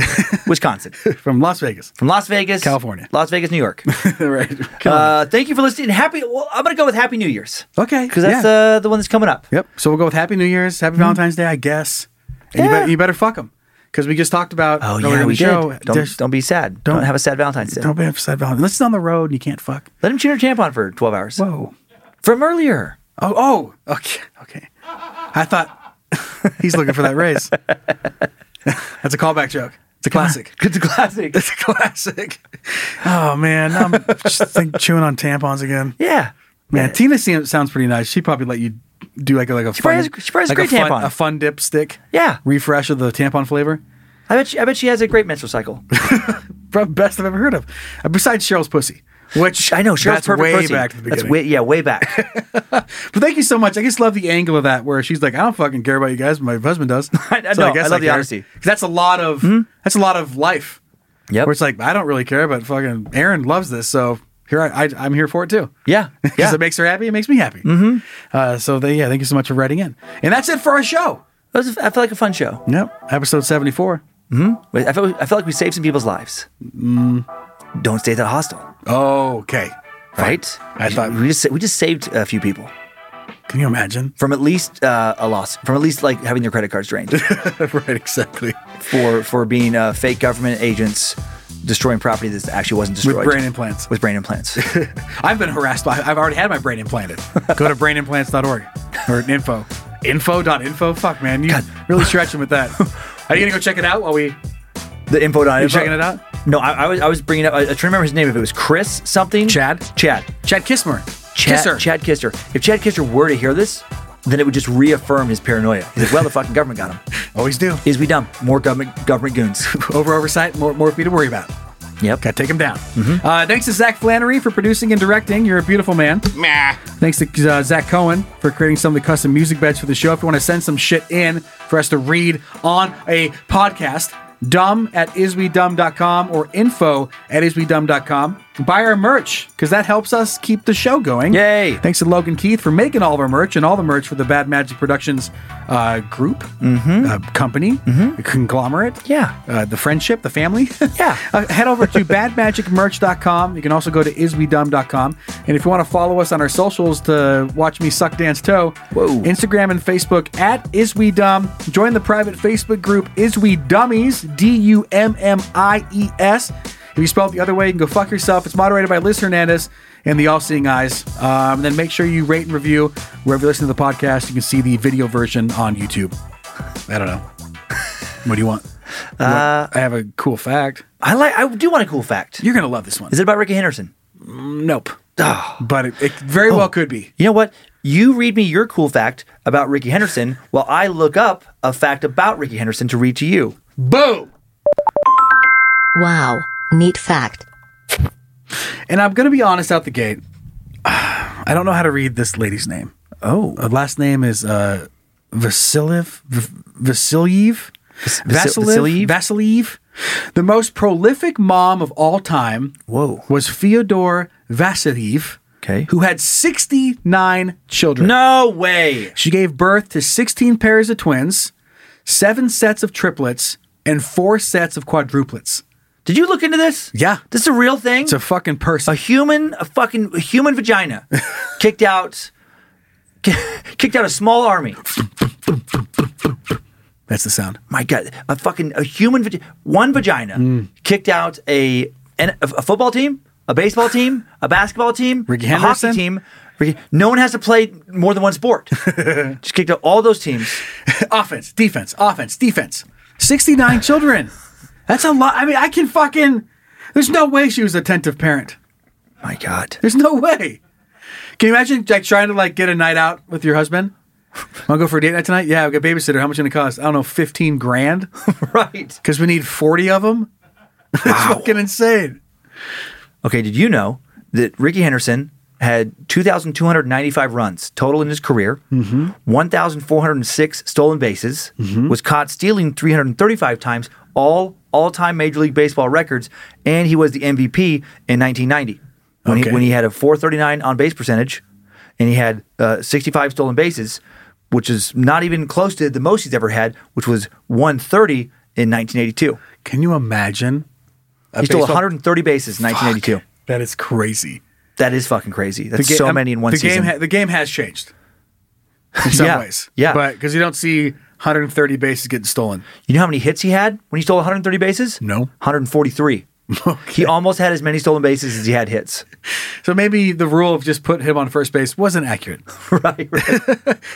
S5: Wisconsin.
S4: from Las Vegas.
S5: From Las Vegas,
S4: California.
S5: Las Vegas, New York.
S4: right.
S5: Uh, thank you for listening. Happy. Well, I'm gonna go with Happy New Year's.
S4: Okay.
S5: Because that's
S4: yeah.
S5: uh, the one that's coming up.
S4: Yep. So we'll go with Happy New Year's, Happy Valentine's Day, I guess. And you,
S5: Mm-hmm. Yeah.
S4: better, you better fuck them. Because we just talked about
S5: Oh
S4: earlier in
S5: yeah,
S4: the
S5: we
S4: show.
S5: did. Don't, don't be sad. Don't, have a sad Valentine's Day.
S4: Don't be upset about it. Unless it's on the road and you can't fuck.
S5: Let him chew your tampon for 12 hours.
S4: Whoa.
S5: From earlier.
S4: Oh, oh, okay. Okay. I thought he's looking for that raise. That's a callback joke. It's a classic.
S5: It's a classic.
S4: It's a classic. Oh, man. now I'm just think, chewing on tampons again.
S5: Yeah.
S4: Man, Tina seems, sounds pretty nice. She probably let you do like a, like a
S5: probably
S4: fun,
S5: has a- she probably has a
S4: like
S5: great
S4: fun-
S5: tampon.
S4: a fun dip stick.
S5: Yeah.
S4: refresh of the tampon flavor.
S5: I bet she, I bet she has a great menstrual cycle.
S4: Pro- Best I've ever heard of. Uh, Besides Cheryl's pussy, which
S5: I know. Cheryl's
S4: that's
S5: perfect
S4: way
S5: pussy.
S4: back to the beginning.
S5: That's way, yeah, way back.
S4: but thank you so much. I just love the angle of that, where she's like, "I don't fucking care about you guys, but my husband does."
S5: I know. I love the
S4: care.
S5: honesty. Hmm?
S4: 'Cause That's a lot of that's a lot of life.
S5: Yep.
S4: Where it's like, I don't really care, but fucking Aaron loves this, so here I, I I'm here for it too.
S5: yeah.
S4: Because
S5: Yeah.
S4: it makes her happy, it makes me happy. Mm-hmm. Uh, so they, yeah, thank you so much for writing in, and that's it for our show.
S5: That was, I feel like a fun show.
S4: Yep, episode seventy four.
S5: Wait, I felt, I felt like we saved some people's lives.
S4: Mm.
S5: Don't stay at that hostel,
S4: Okay,
S5: right?
S4: I thought-
S5: we just sa- we just saved a few people
S4: can you imagine?
S5: from at least uh, a loss, from at least like having their credit cards drained
S4: right, exactly.
S5: for for being uh, fake government agents destroying property that actually wasn't
S4: With
S5: destroyed
S4: brain implants.
S5: with brain implants.
S4: I've been harassed by, I've already had my brain implanted. Go to brainimplants.org or info. Info.info? Fuck, man. You really stretching with that. Are you going to go check it out while we.
S5: the info dot
S4: You
S5: info.
S4: checking it out?
S5: No, I, I was I was bringing up. I, I trying to remember his name. If it was Chris something,
S4: Chad?
S5: Chad,
S4: Chad Kissmer.
S5: Chad,
S4: Kisser.
S5: Chad Kister. If Chad Kister were to hear this, then it would just reaffirm his paranoia. He's like, well, the fucking government got him.
S4: Always do.
S5: Is we dumb? More government government goons.
S4: Over oversight, more, more for you to worry about.
S5: Yep.
S4: Got to take him down. Uh, thanks to Zach Flannery for producing and directing. You're a beautiful man.
S6: Meh.
S4: Thanks to uh, Zach Cohen for creating some of the custom music beds for the show. If you want to send some shit in for us to read on a podcast, dumb at iswedumb.com or info at iswedumb.com. Buy our merch because that helps us keep the show going.
S5: Yay.
S4: Thanks to Logan Keith for making all of our merch and all the merch for the Bad Magic Productions uh, group, uh, company, conglomerate.
S5: Mm-hmm. Yeah.
S4: Uh, the friendship, the family.
S5: Yeah.
S4: Uh, head over to badmagicmerch.com. You can also go to iswedumb.com. And if you want to follow us on our socials to watch me suck dance toe,
S5: Whoa.
S4: Instagram and Facebook at iswedumb. Join the private Facebook group Is We Dummies, D U M M I E S. If you spell it the other way, you can go fuck yourself. It's moderated by Liz Hernandez and the All Seeing Eyes. Um, then make sure you rate and review wherever you listen to the podcast. You can see the video version on YouTube. I don't know. What do you want? Uh, I have a cool fact.
S5: I like. I do want a cool fact.
S4: You're gonna love this one.
S5: Is it Ah. about Ricky Henderson?
S4: Nope. But it, it very
S5: Oh.
S4: well could be.
S5: You know what? You read me your cool fact about Ricky Henderson while I look up a fact about Ricky Henderson to read to you.
S4: Boom.
S13: Wow. Neat fact.
S4: And I'm gonna be honest out the gate. I don't know how to read this lady's name.
S5: Oh.
S4: Her last name is uh, Vasiliev. V- Vasiliev.
S5: Vasil-
S4: Vasiliev. Vasiliev. The most prolific mom of all time.
S5: Whoa.
S4: Was Fyodor Vasiliev.
S5: Okay.
S4: Who had 69 children.
S5: No way.
S4: She gave birth to 16 pairs of twins, seven sets of triplets, and four sets of quadruplets.
S5: Did you look into this?
S4: Yeah.
S5: This is a real thing.
S4: It's a fucking oh,
S5: a
S4: person.
S5: human, a fucking a human vagina, kicked out, kicked out a small army.
S4: That's the sound.
S5: My God, a fucking a human, vagi- one vagina
S4: Mm.
S5: kicked out a, an, a football team, a baseball team, a basketball team,
S4: Ricky
S5: a
S4: Henderson?
S5: hockey team. Ricky- no one has to play more than one sport. Just kicked out all those teams.
S4: offense, defense, offense, defense. 69 children. That's a lot. I mean, I can fucking. There's no way she was an attentive parent.
S5: My God,
S4: There's no way. Can you imagine like trying to like get a night out with your husband? Want to go for a date night tonight? Yeah, we got a babysitter. How much going to cost? I don't know, 15 grand?
S5: right?
S4: Because we need 40 of them? That's fucking insane.
S5: Okay, did you know that Ricky Henderson had 2,295 runs total in his career,
S4: Mm-hmm.
S5: 1,406 stolen bases, was caught stealing 335 times, all all-time Major League Baseball records, and he was the MVP in 1990 when,
S4: Okay.
S5: he, when he had a 439 on-base percentage and he had uh, 65 stolen bases. which is not even close to the most he's ever had, which was 130 in 1982.
S4: Can you imagine?
S5: He stole
S4: baseball-
S5: 130 bases in 1982.
S4: That is crazy.
S5: That is fucking crazy. That's
S4: The ga-
S5: so
S4: I'm-
S5: many in one
S4: the
S5: season.
S4: Game ha- the game has changed in some
S5: Yeah,
S4: ways.
S5: yeah.
S4: But because you don't see 130 bases getting stolen.
S5: You know how many hits he had when he stole 130 bases? No. 143. He almost had as many stolen bases as he had hits.
S4: So maybe the rule of just put him on first base wasn't accurate.
S5: right.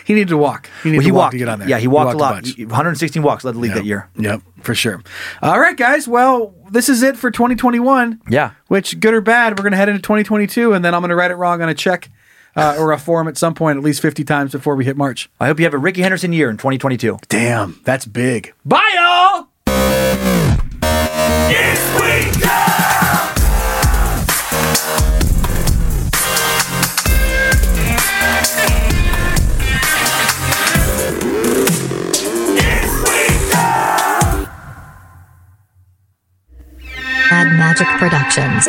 S4: he needed to walk. He needed
S5: Well,
S4: to walk to get on there.
S5: Yeah, he walked, a lot.
S4: bunch.
S5: 116 walks led the league that year.
S4: Yep, for sure. All right, guys. Well, this is it for 2021.
S5: Yeah.
S4: Which, good or bad, we're going to head into 2022, and then I'm going to write it wrong on a check uh, or a form at some point, at least 50 times before we hit March.
S5: I hope you have a Ricky Henderson year in 2022.
S4: Damn, that's big.
S5: Bye, y'all.
S15: Ad Magic Productions.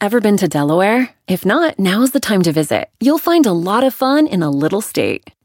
S1: Ever been to Delaware? If not, now is the time to visit. You'll find a lot of fun in a little state.